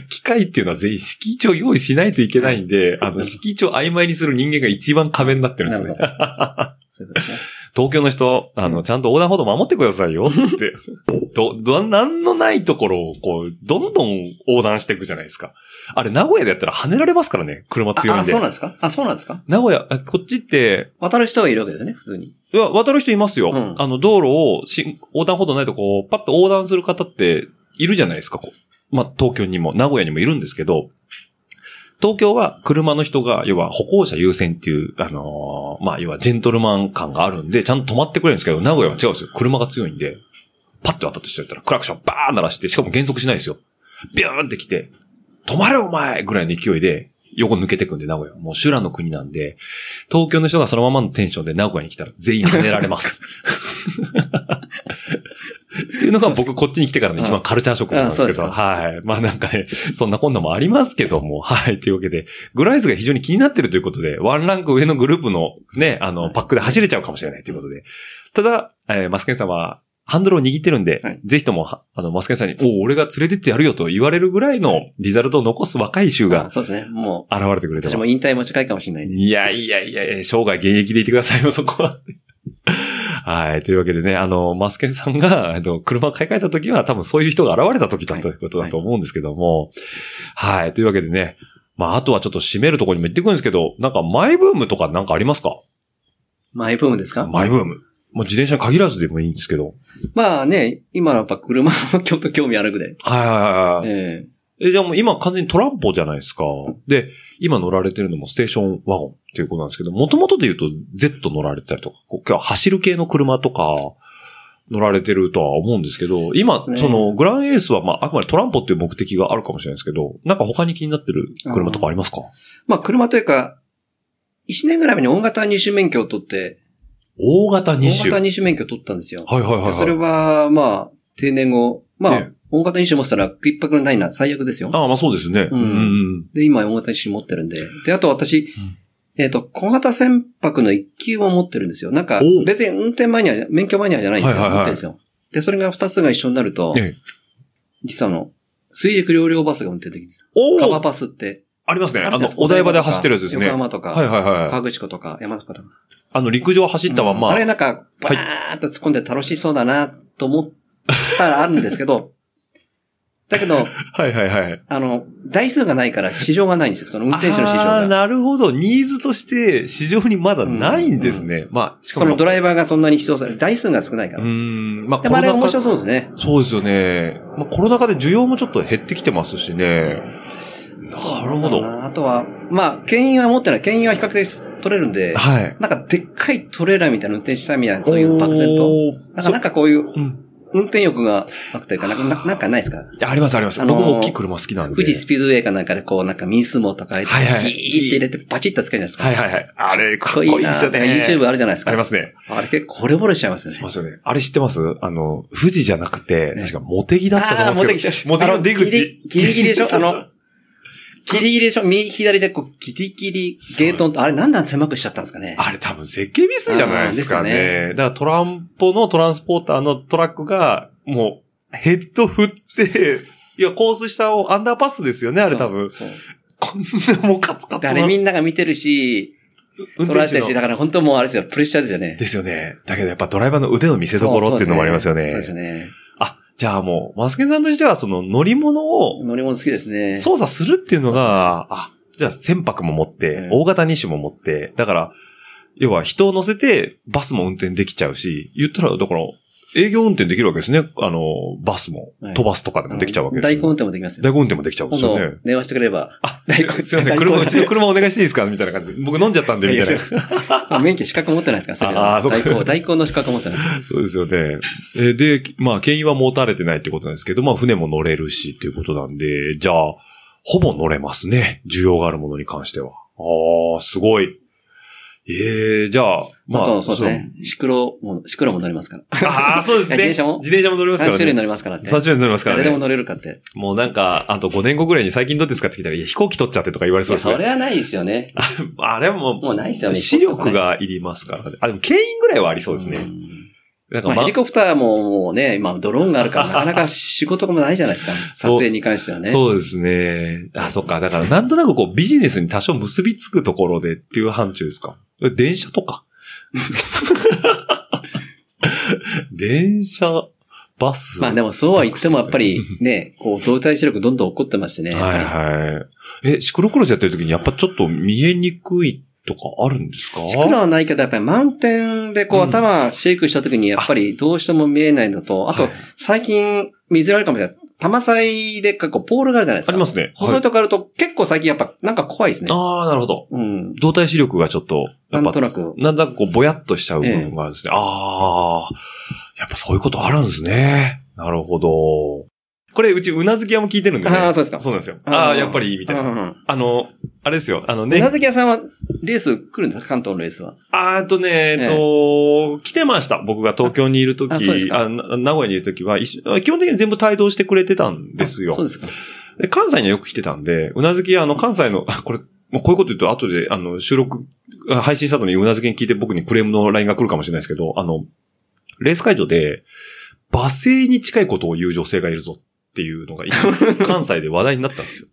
機械っていうのは全員敷地を用意しないといけないんで、あの、敷地を曖昧にする人間が一番壁になってう、るんですなるほねど。。そういうことですね。東京の人、あの、ちゃんと横断歩道守ってくださいよ、つ って。ど、ど、なんのないところを、こう、どんどん横断していくじゃないですか。あれ、名古屋でやったら跳ねられますからね、車強いあ、んで。そうなんですかあ、そうなんですか名古屋、あこっちって、渡る人がいるわけですね、普通に。いや、渡る人いますよ。うんあの、道路をし、横断歩道ないとこう、パッと横断する方って、いるじゃないですか、こう。まあ、東京にも、名古屋にもいるんですけど、東京は車の人が、要は歩行者優先っていう、あのーまあ、要はジェントルマン感があるんで、ちゃんと止まってくれるんですけど、名古屋は違うんですよ。車が強いんで、パッと渡ってしちゃったら、クラクションバーン鳴らして、しかも減速しないですよ。ビューンって来て、止まれお前ぐらいの勢いで、横抜けてくんで、名古屋。もう修羅の国なんで、東京の人がそのままのテンションで名古屋に来たら全員跳ねられます。っていうのが僕こっちに来てからの一番カルチャーショックなんですけど、ああはい。まあなんかね、そんなこんなもありますけども、はい。というわけで、グライズが非常に気になってるということで、ワンランク上のグループのね、あの、パックで走れちゃうかもしれないということで。ただ、えーマスケンさんは、ハンドルを握ってるんで、はいぜひともは、あの、マスケンさんに、おう俺が連れてってやるよと言われるぐらいのリザルトを残す若い衆がそうですね。も現れてくれう、て私も引退も近いかもしれないんで。いやいやいやいや、生涯現役でいてくださいよ、そこは。 はい。というわけでね、あの、マスケンさんが、あの、車を買い替えた時は、多分そういう人が現れた時だはいということだと思うんですけども、はい。というわけでね、まあ、あとはちょっと締めるところにも行ってくるんですけど、なんかマイブームとかなんかありますかマイブームですかマイブーム。もう自転車に限らずでもいいんですけど。まあね、今やっぱ車 のちょっと興味あるぐらい。はいはいはいはい。えええ、じゃあもう今完全にトランポじゃないですか。で、今乗られてるのもステーションワゴンっていうことなんですけど、もともとで言うと Z 乗られてたりとか、こう今日は走る系の車とか、乗られてるとは思うんですけど、今、そそうですねの、グランエースは、まあ、あくまでトランポっていう目的があるかもしれないですけど、なんか他に気になってる車とかありますかまあ、車というか、1年ぐらい前に大型二種免許を取って、大型大二種。型はい二種免許を取ったんですよ。はいはい、はい。でそれは、まあ、定年後、まあ、ええ大型二種持ってたら一泊のないな、最悪ですよ。ああ、まあそうですね。うんん。で、今大型二種持ってるんで。で、あと私、うんえっ、と、小型船舶の一級を持ってるんですよ。なんかおう、別に運転マニア、免許マニアじゃないんですよ。はいはい持はいってるんですよ。で、それが二つが一緒になると、ええ。実はあの、水陸両用バスが運転できるんですよ。おカバーーバスって。ありますね。るあじゃのない、かお台場で走ってるやつですね。横浜とか、はいはいはい。河口湖とか、山中とか。あの、陸上走ったまんま。あれなんか、バーンと突っ込んで楽しそうだなと思ったらあるんですけど、だけど、はいはいはい。あの、台数がないから市場がないんですよ。その運転手の市場あーが。なるほど。ニーズとして市場にまだないんですね。まあ、しかそも。のドライバーがそんなに必要される。台数が少ないかうら。ーん。まあ、でもあれコロナ面禍白そうですね。そうですよね。まあ、コロナ禍で需要もちょっと減ってきてますしね。なるほど。はなあとは、まあ、牽引は持ってない。牽引は比較的取れるんで、い。なんかでっかいトレーラーみたいな運転したみたいな、そういう漠然と。おーなんかなんかこういうそううん。運転欲が湧くというか、なんかななんかないですかいやありますあります。あのー僕も大きい車好きなんで。富士スピードウェイかなんかでこう、なんかミスモとか、ギーはいはいって入れてパチッとつけるじゃなはいですか。はいはい。あれ、かっかこっいいこいいでなすよね。 YouTube あるじゃないですか。ありますね。あれ結構惚れ惚れしちゃいますよねし。ますよね。あれ知ってますあの、富士じゃなくて、ね確かモテギだったと思うんですけど。モテギの出ギリ口。ギリギリ でしょあの、ギリギリでしょ右、左でこう、ギリギリ、ゲートンと、あれなんなん狭くしちゃったんですかね。あれ多分設計ミスじゃないですかあーですね。だからトランポのトランスポーターのトラックが、もう、ヘッド振って、いや、コース下をアンダーパスですよね、あれ多分。そう。こんなもうカツカツで、なあれみんなが見てるし、運捉え転て手るし、のだから本当もうあれですよ、プレッシャーですよね。ですよね。だけどやっぱドライバーの腕の見せ所っていうのもありますよね。そうですね。あ、じゃあもう、マスケンさんとしてはその乗り物を乗り物好きですね。操作するっていうのが、あ、じゃあ船舶も持って、うん大型二種も持って、だから、要は人を乗せてバスも運転できちゃうし、言ったら、だから、営業運転できるわけですね。あの、バスも、はい飛ばすとかであのもできちゃうわけです、代行運転もできますよ。大根運転もできちゃうんで今すよ度ね。、電話してくれれば。あ、代行すいません、代行車、うちの車お願いしていいですかみたいな感じで。僕飲んじゃったんで、みたいな。あ 免許資格持ってないですから、それはああそうか代行、代行の資格持ってない。そうですよね。えーで、まあ、牽引は持たれてないってことなんですけど、まあ、船も乗れるしっていうことなんで、じゃあ、ほぼ乗れますね。需要があるものに関しては。ああ、すごい。ええじゃあ、ままああ、と、そうですね。シクロも、シクロも乗れますから。その。ああ、そうですね。自転車も自転車も乗れますか3ら種類ね。乗れますからって。 3種類乗れますから誰でもね。乗れるかって。もうなんか、あと5年後ぐらいに最近どうやって使ってきたら、いや、飛行機取っちゃってとか言われいそうや、ですそね。れはないですよね。あれはもう、もうないですよね視力がいりますからね。あ、でも、牽引ぐらいはありそうですね。んなんか、まあ、まヘリコプターももうね、今ドローンがあるから、 なかなか仕事もないじゃないです か。撮影に関してはね。そうですね。あ、そっか。だから、なんとなくこう、ビジネスに多少結びつくところでっていう範疇ですか。え電車と か。電車、バス。まあでもそうは言ってもやっぱ りね、こう動体視力どんどん起こってますしね。はいはい。え、シクロクロスやってる時にやっぱちょっと見えにくいとかあるんですかシクロはないけど、やっぱりマウンテンでこううん頭シェイクした時にやっぱりどうしても見えないのと、あはとい最近見づらいかもしれない。玉祭でこうポールがあるじゃないですあか。りますね。細はいいとこあると結構最近やっぱなんか怖いですね。ああ、なるほど。うん。動体視力がちょっと、やっぱなんとなくなんだかこう、ぼやっとしちゃう部分があるんですね。ああ、やっぱそういうことあるんですね。なるほど。これ、うち、うなずき屋も聞いてるんでね。あーそうですかそうなんですよ。ああ、ーやっぱりいいみたいな。な。あの、あれですよ。あのうねな、ずき屋さんはレース来るんですか関東のレースは。あーとね、えっと、来てました。僕が東京にいるとき、あそうですかあな名古屋にいるときは、一緒基本的に全部帯同してくれてたんですよ。そうですか。で関西にはよく来てたんで、うなずき屋、あの、関西の、あこれ、もうこういうこと言うと、後で、あの、収録、あ配信した後にうなずきに聞いて僕にクレームの LINE が来るかもしれないですけど、あの、レース会場で、罵声に近いことを言う女性がいるぞっていうのが、一 時関西で話題になったんですよ。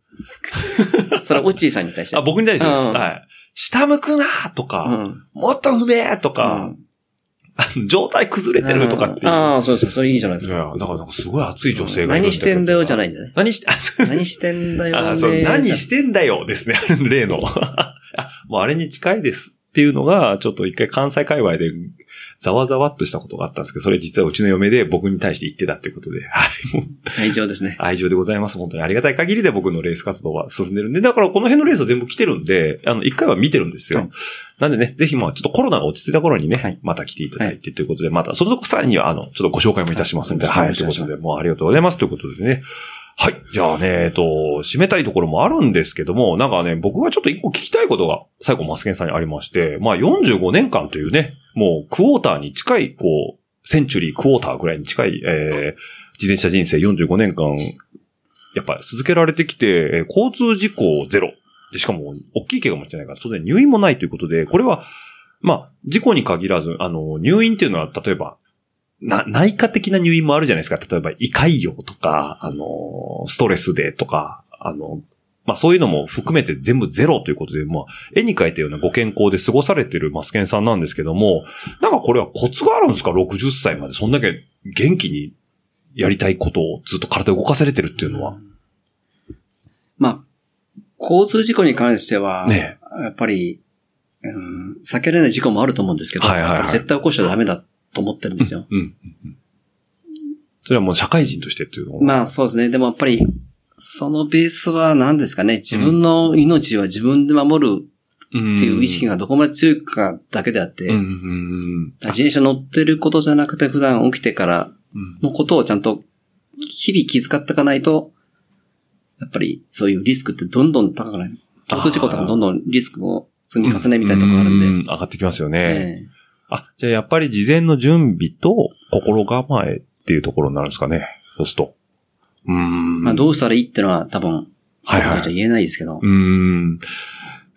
それはオッチーさんに対して。あ、僕に対してです。うんはい。下向くなーとうか、ん。もっと不明とうか、ん状態崩れてるとかっていう。ああ、そうです。それいいじゃないですいか。や、だからなんかすごい熱い女性がいる何してんだよじゃない。ないんだね。何して、あそう何して んだよね。 あそう、何してんだよですね、あれの例の。あ、もうあれに近いですっっていうのが、ちょっと一回関西界隈でざわざわっとしたことがあったんですけど、それ実はうちの嫁で僕に対して言ってたっていうことで、はい、もう以上ですね。愛情でございます。本当にありがたい限りで僕のレース活動は進んでるんで、だからこの辺のレースは全部来てるんで、あの、一回は見てるんですよ。はいなんでね、ぜひまあちょっとコロナが落ち着いた頃にね、はいまた来ていただいてということで、また、そのとこさらにはあの、ちょっとご紹介もいたしますんで、はいはい、ということで、もうありがとうございますということですね。はい。じゃあね、えっと、締めたいところもあるんですけども、なんかね、僕がちょっと一個聞きたいことが、最後、マスケンさんにありまして、まあ45年間というね、もうクォーターに近い、こう、センチュリークォーターぐらいに近い、えー、自転車人生45年間、やっぱ続けられてきて、えー交通事故ゼロ。で、しかも、大きい怪我もしてないから、当然入院もないということで、これは、まあ、事故に限らず、あの、入院っていうのは、例えば、な、内科的な入院もあるじゃないですか。例えば、胃潰瘍とか、あの、ストレスでとか、あの、まあそういうのも含めて全部ゼロということで、まあ、絵に描いたようなご健康で過ごされてるマスケンさんなんですけども、なんかこれはコツがあるんですか ?60 歳まで。そんだけ元気にやりたいことをずっと体を動かされてるっていうのは。まあ、交通事故に関しては、ねやっぱり、うん、避けられない事故もあると思うんですけど、はいはいはいやっぱり絶対起こしちゃダメだと思ってるんですよ。 うんうん。うんそれはもう社会人としてっていうのまあそうですね。でもやっぱり、そのベースは何ですかね。自分の命は自分で守るてっていう意識ががどこまで強いかだけであって、うんうんうん自転車乗ってることじゃなくて普段起きてからうん。のことをちゃんと日々気遣っていかないと、やっぱりそういうリスクってどんどん高くなる。交通事故とかどんどんリスクを積み重ねみたいなところがあるんで。う上がってきますよね。ええあ、じゃあやっぱり事前の準備と心構えっていうところになるんですかね。そうすると。うーん。まあどうしたらいいってのは多分、はいはいこううことじゃ言えないですけど。うーん。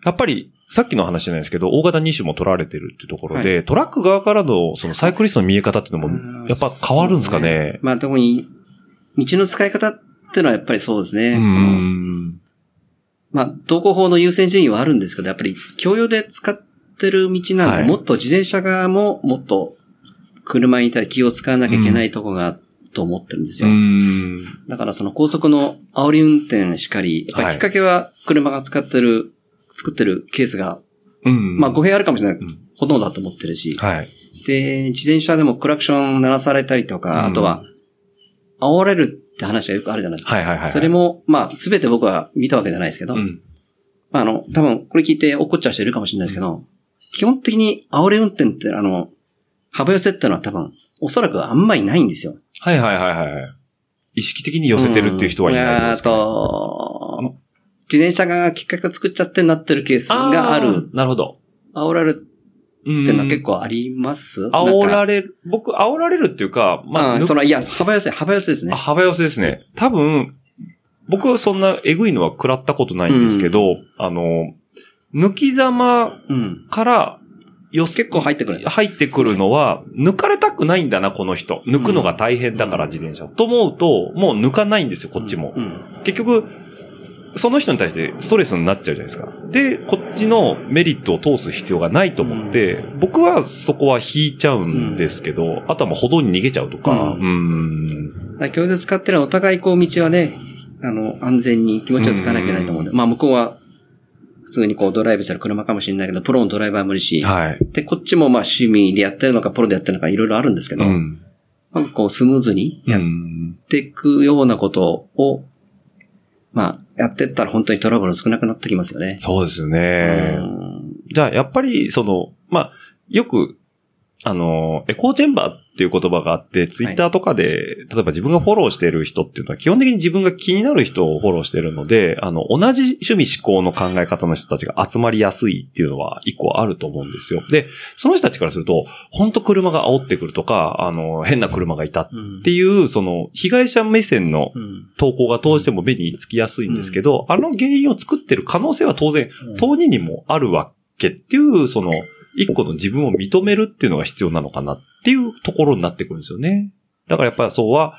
やっぱり、さっきの話じゃないですけど、大型2種も取られてるっていうところで、トラック側からの、そのサイクリストの見え方っていうのうんも、やっぱ変わるんですかそうね。まあ特に、道の使い方ってのはやっぱりそうですうね。ーん。まあ、道交法の優先順位はあるんですけど、やっぱり共用で使ってる道なんで、はいもっと自転車側ももっと車に対して気を使わなきゃいけないとこが、と思ってるんですうーよ。ん。だからその高速の煽り運転しかり、やっぱはりいきっかけは車が使ってる、作ってるケースが、うん。まあ語弊あるかもしれない、うんほとんどだと思ってるし、はい。で、自転車でもクラクション鳴らされたりとか、うんあとは、煽られるって話がよくあるじゃないですか。はいはいはい。それ、も、まあ、すべて僕は見たわけじゃないですけど、うん。まあ、あの、多分、これ聞いて怒っちゃう人いるかもしれないですけど、基本的に煽り運転って、あの、幅寄せってのは多分、おそらくあんまりないんですよ。はいはいはいはい。意識的に寄せてるっていう人はいないうんであすかねと、自転車がきっかけを作っちゃってなってるケースがある。ーなるほど。煽られるうんってのは結構あります煽られれる、僕、煽られるっていうか、ままあ、あ、ぬその、いや、幅寄せ、幅寄せですあね。幅寄せですね。多分、僕はそんなえぐいのは食らったことないんですけど、あの、抜きざまうん。から寄せ、結構入ってくる。入ってくるのは、抜かれたくないんだな、この人。抜くのが大変だから、自転車を。と思うと、もう抜かないんですよ、こっちも。うん。結局、その人に対してストレスになっちゃうじゃないですか。で、こっちのメリットを通す必要がないと思って、僕はそこは引いちゃうんですけど、あとはもう歩道に逃げちゃうとか、ううんーん。だから共同使ってるのはお互いこう道はね、あの、安全に気持ちを使わなきゃいけないと思うんで。まあ向こうは、普通にこうドライブしたら車かもしれないけど、プロのドライバーは無理し。はい。で、こっちもまあ趣味でやってるのか、プロでやってるのか、いろいろあるんですけど、うん。なんかこうスムーズにやっうんていくようなことを、まあ、やってったら本当にトラブル少なくなってきますよね。そうですよね。うんじゃあ、やっぱり、その、まあ、よく、あの、エコーチェンバーっていう言葉があって、ツイッターとかで、例えば自分がフォローしてる人っていうのは、基本的に自分が気になる人をフォローしてるので、あの、同じ趣味思考の考え方の人たちが集まりやすいっていうのは、一個あると思うんですよ。で、その人たちからすると、本当車が煽ってくるとか、あの、変な車がいたっうんていう、その、被害者目線のうん投稿がどうしても目につきやすいんですけど、あの原因を作ってる可能性は当然、当人にもあるわけっていう、その、一個の自分を認めるっていうのが必要なのかなっていうところになってくるんですよね。だからやっぱりそうは、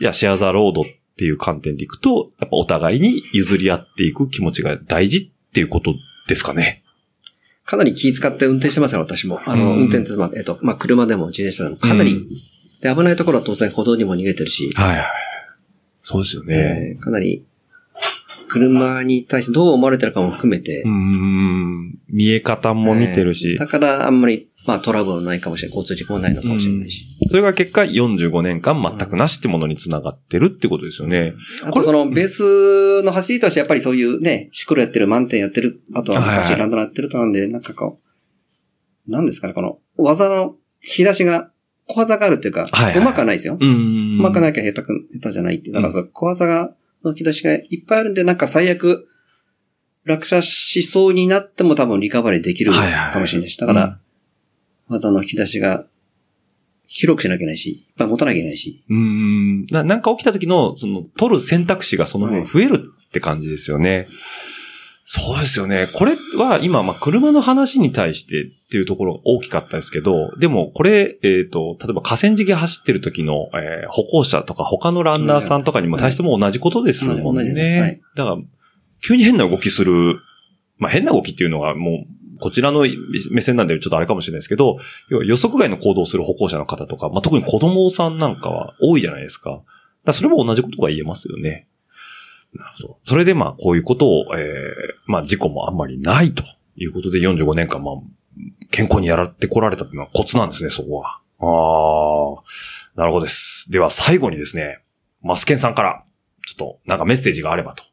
いや、シェアザロードっていう観点でいくと、やっぱお互いに譲り合っていく気持ちが大事っていうことですかね。かなり気使って運転してますよ、私も。あの、うん運転って、まあ、えっと、まあ、車でも自転車でも、かなり、うんで、危ないところは当然歩道にも逃げてるし、はいはい。そうですよね。えーかなり、車に対してどう思われてるかも含めてう、ん、見え方も見てるし、えーだからあんまり、まあトラブルないかもしれない。交通事故もないのかもしれないし。それが結果45年間全くなしってものに繋がってるってことですよね。あことれそのベースの走りとしてやっぱりそういうね、シクロやってる、満点やってる、あとははいは昔いランドナーやってるとなんで、なんかこう、なんですかね、この技の引き出しが、小技があるっていうか、はいはいうまくはないですよ。うん。うまくなきゃ下手く、下手じゃないっていう。だからそう小技が、の引き出しがいっぱいあるんで、なんか最悪、落車しそうになっても多分リカバリーできるはいはいかもしれないし。だから、技の引き出しが広くしなきゃいけないし、いっぱい持たなきゃいけないし。うん。ななんか起きた時の、その、取る選択肢がその分増えるって感じですよね。そうですよね。これは今、まあ、車の話に対してっていうところが大きかったですけど、でもこれ、えっ、と、例えば河川敷走ってる時の、えー歩行者とか他のランナーさんとかにも対しても同じことですもんはい同じね。ですはいだから、急に変な動きする、まあ、変な動きっていうのはもう、こちらの目線なんでちょっとあれかもしれないですけど、要は予測外の行動をする歩行者の方とか、まあ、特に子供さんなんかは多いじゃないですか。だからそれも同じことが言えますよね。なるほど。それでまあこういうことを、ええまあ事故もあんまりないということで45年間まあ健康にやられてこられたっていうのはコツなんですね、そこは。ああ、なるほどです。では最後にですね、マスケンさんからちょっとなんかメッセージがあればと。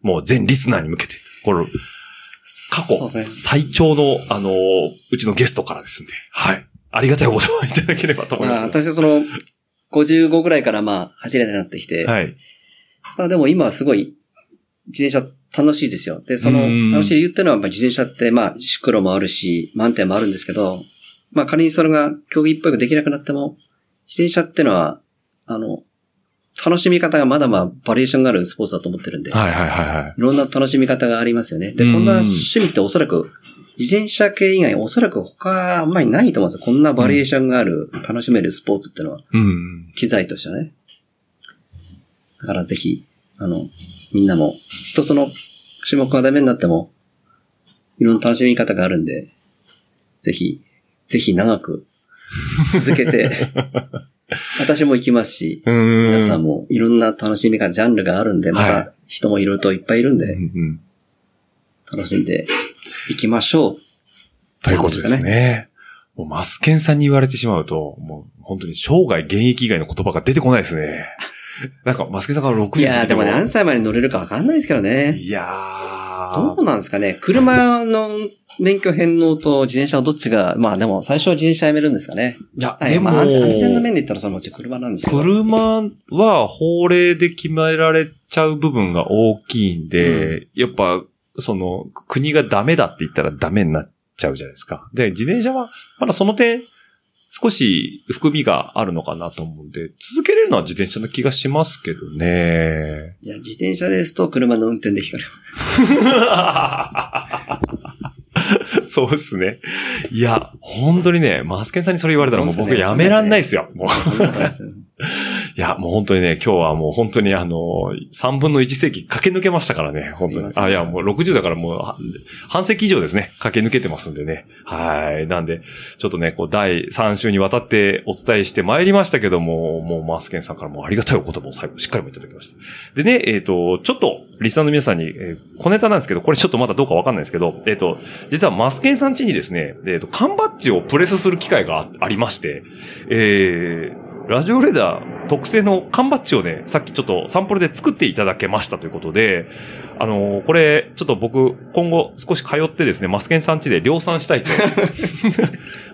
もう全リスナーに向けて、これ過そう去ですね。最長のあのーうちのゲストからですんで、はい。ありがたいお言葉いただければと思いままあ、すけど。私はその、55ぐらいからまあ、走れなくなってきて、はい。まあでも今はすごい、自転車楽しいですよ。で、そのうん、楽しい理由っていうのは、まあ自転車って、まあ、シクロもあるし、満点もあるんですけど、まあ仮にそれが競技っぽくできなくなっても、自転車っていうのは、あの、楽しみ方がまだまあ、バリエーションがあるスポーツだと思ってるんで、はいはいはいはい。いろんな楽しみ方がありますよね。で、うんこんな趣味っておそらく、自転車系以外、おそらく他あんまりないと思うんですよ。こんなバリエーションがある、楽しめるスポーツっていうのは。うん。機材としてはね。だからぜひ、あの、みんなも、とその種目がダメになっても、いろんな楽しみ方があるんで、ぜひ、ぜひ長く続 けて、私も行きますし、うん。皆さんもいろんな楽しみが、ジャンルがあるんで、まはいた人もいろいろといっぱいいるんうで、んうん楽しんでいきましょう。ということですそうですね。もうマスケンさんに言われてしまうと、もう本当に生涯現役以外の言葉が出てこないですね。なんかマスケンさんから60過ぎていやーでも何歳まで乗れるかわかんないですけどね。いやどーうなんですかね車の免許返納と自転車のどっちが、まあでも最初は自転車やめるんですかね。いや、はい。でも、まあ安全安全の面で言ったらそのうち車なんですけど。車は法令で決められちゃう部分が大きいんで、やっぱ、その、国がダメだって言ったらダメになっちゃうじゃないですか。で、自転車は、まだその点、少し含みがあるのかなと思うんで、続けれるのは自転車の気がしますけどね。じゃあ自転車ですと車の運転できる。 そうですね。いや、本当にね、マスケンさんにそれ言われたらもうそうっ僕すねやめらんないですよ。もうそんな ことないですよいや、もう本当にね、今日はもう本当にあの、3分の1世紀駆け抜けましたからね、本当すいまに。せんあ、いや、もう60だからもう、は半世紀以上ですね、駆け抜けてますんでね。はい。なんで、ちょっとね、こう、第3週にわたってお伝えしてまいりましたけども、もうマスケンさんからもありがたいお言葉を最後、しっかりもいただきました。でね、えっ、と、ちょっと、リスナーの皆さんに、えー小ネタなんですけど、これちょっとまだどうかわかんないですけど、えっ、と、実はマスケンさん家にですね、えっ、と、缶バッジをプレスする機会があありまして、えー、ラジオレーダー特製の缶バッジをね、さっきちょっとサンプルで作っていただけましたということで、あのーこれ、ちょっと僕、今後少し通ってですね、マスケンさん家で量産 したいと。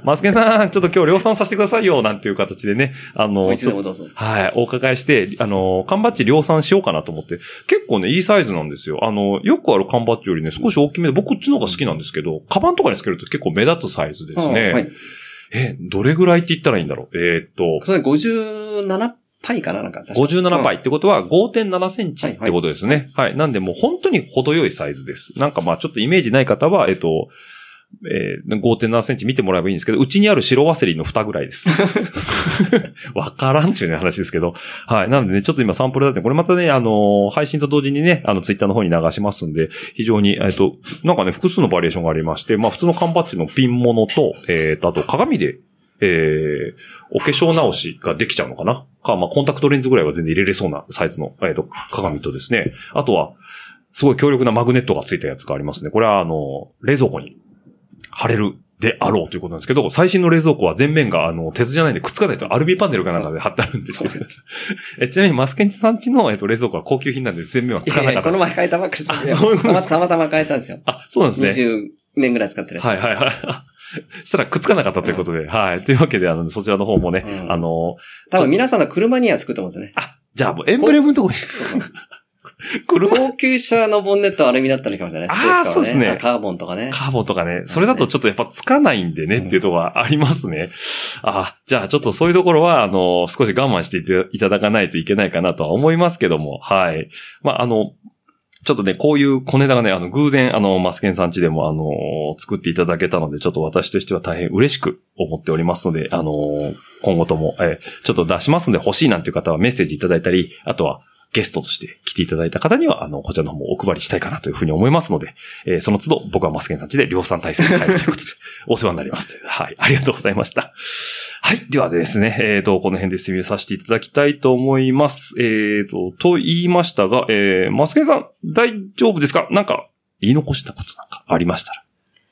マスケンさん、ちょっと今日量産させてくださいよ、なんていう形でね、あのおー店でもどうぞ。はい、お伺いして、あの、缶バッジ量産しようかなと思って、結構ね、いいサイズなんですよ。あの、よくある缶バッジよりね、少し大きめで、僕こっちの方が好きなんですけど、カバンとかにつけると結構目立つサイズですね。ああはい。え、どれぐらいって言ったらいいんだろうえーっと、それ57パイかななんか確か。 57パイってことは5.7センチはいってことですね。はい、なんでもう本当に程よいサイズです。なんかまあちょっとイメージない方は、えっと、えー5.7センチ見てもらえばいいんですけど、うちにある白ワセリンの蓋ぐらい です。わからんちゅうね話ですけど。はい。なんでね、ちょっと今サンプルだって、これまたね、あのー配信と同時にね、あの、ツイッターの方に流しますんで、非常に、えっ、と、なんかね、複数のバリエーションがありまして、まあ、普通の缶バッジのピンものと、えっ、と、あと、鏡で、えー、お化粧直しができちゃうのかなか、まあ、コンタクトレンズぐらいは全然入れれそうなサイズの、えっ、と、鏡とですね、あとは、すごい強力なマグネットがついたやつがありますね。これは、あの、冷蔵庫に貼れるであろうということなんですけど、最新の冷蔵庫は全面が、あの、鉄じゃないんでくっつかないとアルミパネルかなんかで貼ってあるんですけどそう。 えちなみに、マスケンチさんちの、えっ、と、冷蔵庫は高級品なんで全面はつかなかった こでのす。前変えたばっかりですあ そうなんですたまかたまたま変えたんですよ。あ、そうなんですね。 20年ぐらい使ってるやつ。はいはいはい。 したらくっつかなかったということで、はい。というわけで、あの、そちらの方もね、うんあの、多分皆さんの車には作ってま すね。あ、じゃあもうエンブレムのとこに、車、高級車のボンネットはアルミだったのかもしれない。スペースあーからそうですねカーボンとかね。カーボンとかね、それだとちょっとやっぱつかないんでねっていうところはありますね。あ、じゃあちょっとそういうところは、あの、少し我慢していていただかないといけないかなとは思いますけども、はい。まあ、あの、ちょっとね、こういう小ネタがね、あの、偶然、あの、マスケンさんちでも、あの、作っていただけたので、ちょっと私としては大変嬉しく思っておりますので、あの、今後とも、えーちょっと出しますので、欲しいなんていう方はメッセージいただいたり、あとは、ゲストとして来ていただいた方には、あの、こちらの方もお配りしたいかなというふうに思いますので、えーその都度、僕はマスケンさんちで量産体制に入るということで、 お世話になります。はい。ありがとうございました。はい。ではですね、えっ、と、この辺で進めさせていただきたいと思います。えっ、と、と言いましたが、えー、マスケンさん、大丈夫ですかなんか、言い残したことなんかありましたら、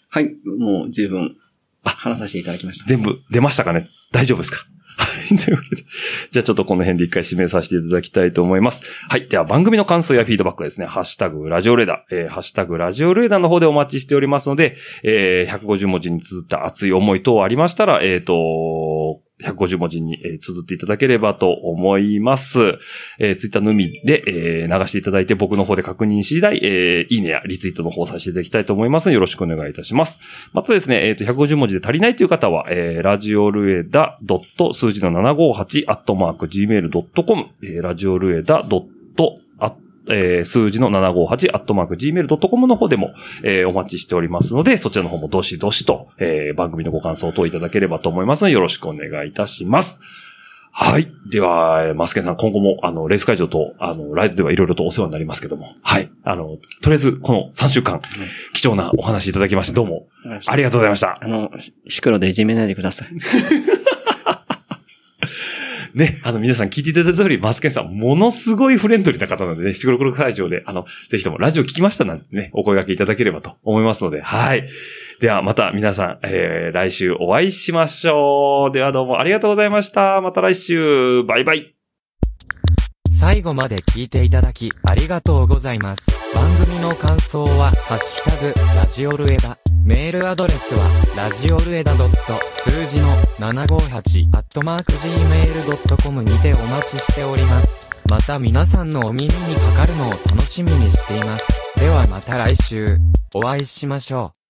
はい、もう十分話させていただきました。全部出ましたかね大丈夫ですか はい。というわけで。じゃあちょっとこの辺で一回締めさせていただきたいと思います。はい。では番組の感想やフィードバックはですね、ハッシュタグラジオレーダー、えーハッシュタグラジオレーダーの方でお待ちしておりますので、えー150文字に綴った熱い思い等ありましたら、えっ、と、150文字にえー綴っていただければと思います。えー、ツイッターのみで、えー流していただいて、僕の方で確認し次第、えーいいねやリツイートの方をさせていただきたいと思いますので、よろしくお願いいたします。またですね、えっ、と、150文字で足りないという方は、えー、ラジオルエダドット数字の758アットマーク gmail.com、えー、ラジオルエダドットアットえー数字の758アットマーク gmail.com の方でも、えーお待ちしておりますので、そちらの方もどしどしと、えー番組のご感想等いただければと思いますので、よろしくお願いいたします。はい。では、えーマスケンさん、今後も、あの、レース会場と、あの、ライドではいろいろとお世話になりますけども、はい。あの、とりあえず、この3週間、貴重なお話いただきまして、どうも、ありがとうございました。あの、シクロでいじめないでください。ね、あの皆さん聞いていただいた通り、マスケンさん、ものすごいフレンドリーな方なのでね、七五六会場で、あの、ぜひともラジオ聞きましたなんてね、お声掛けいただければと思いますので、はい。ではまた皆さん、えー、来週お会いしましょう。ではどうもありがとうございました。また来週、バイバイ。最後まで聞いていただきありがとうございます。番組の感想は、ハッシュタグ、ラジオルエダ。メールアドレスは、ラジオルエダ数字の758、アットマーク gmail.com にてお待ちしております。また皆さんのお耳にかかるのを楽しみにしています。ではまた来週、お会いしましょう。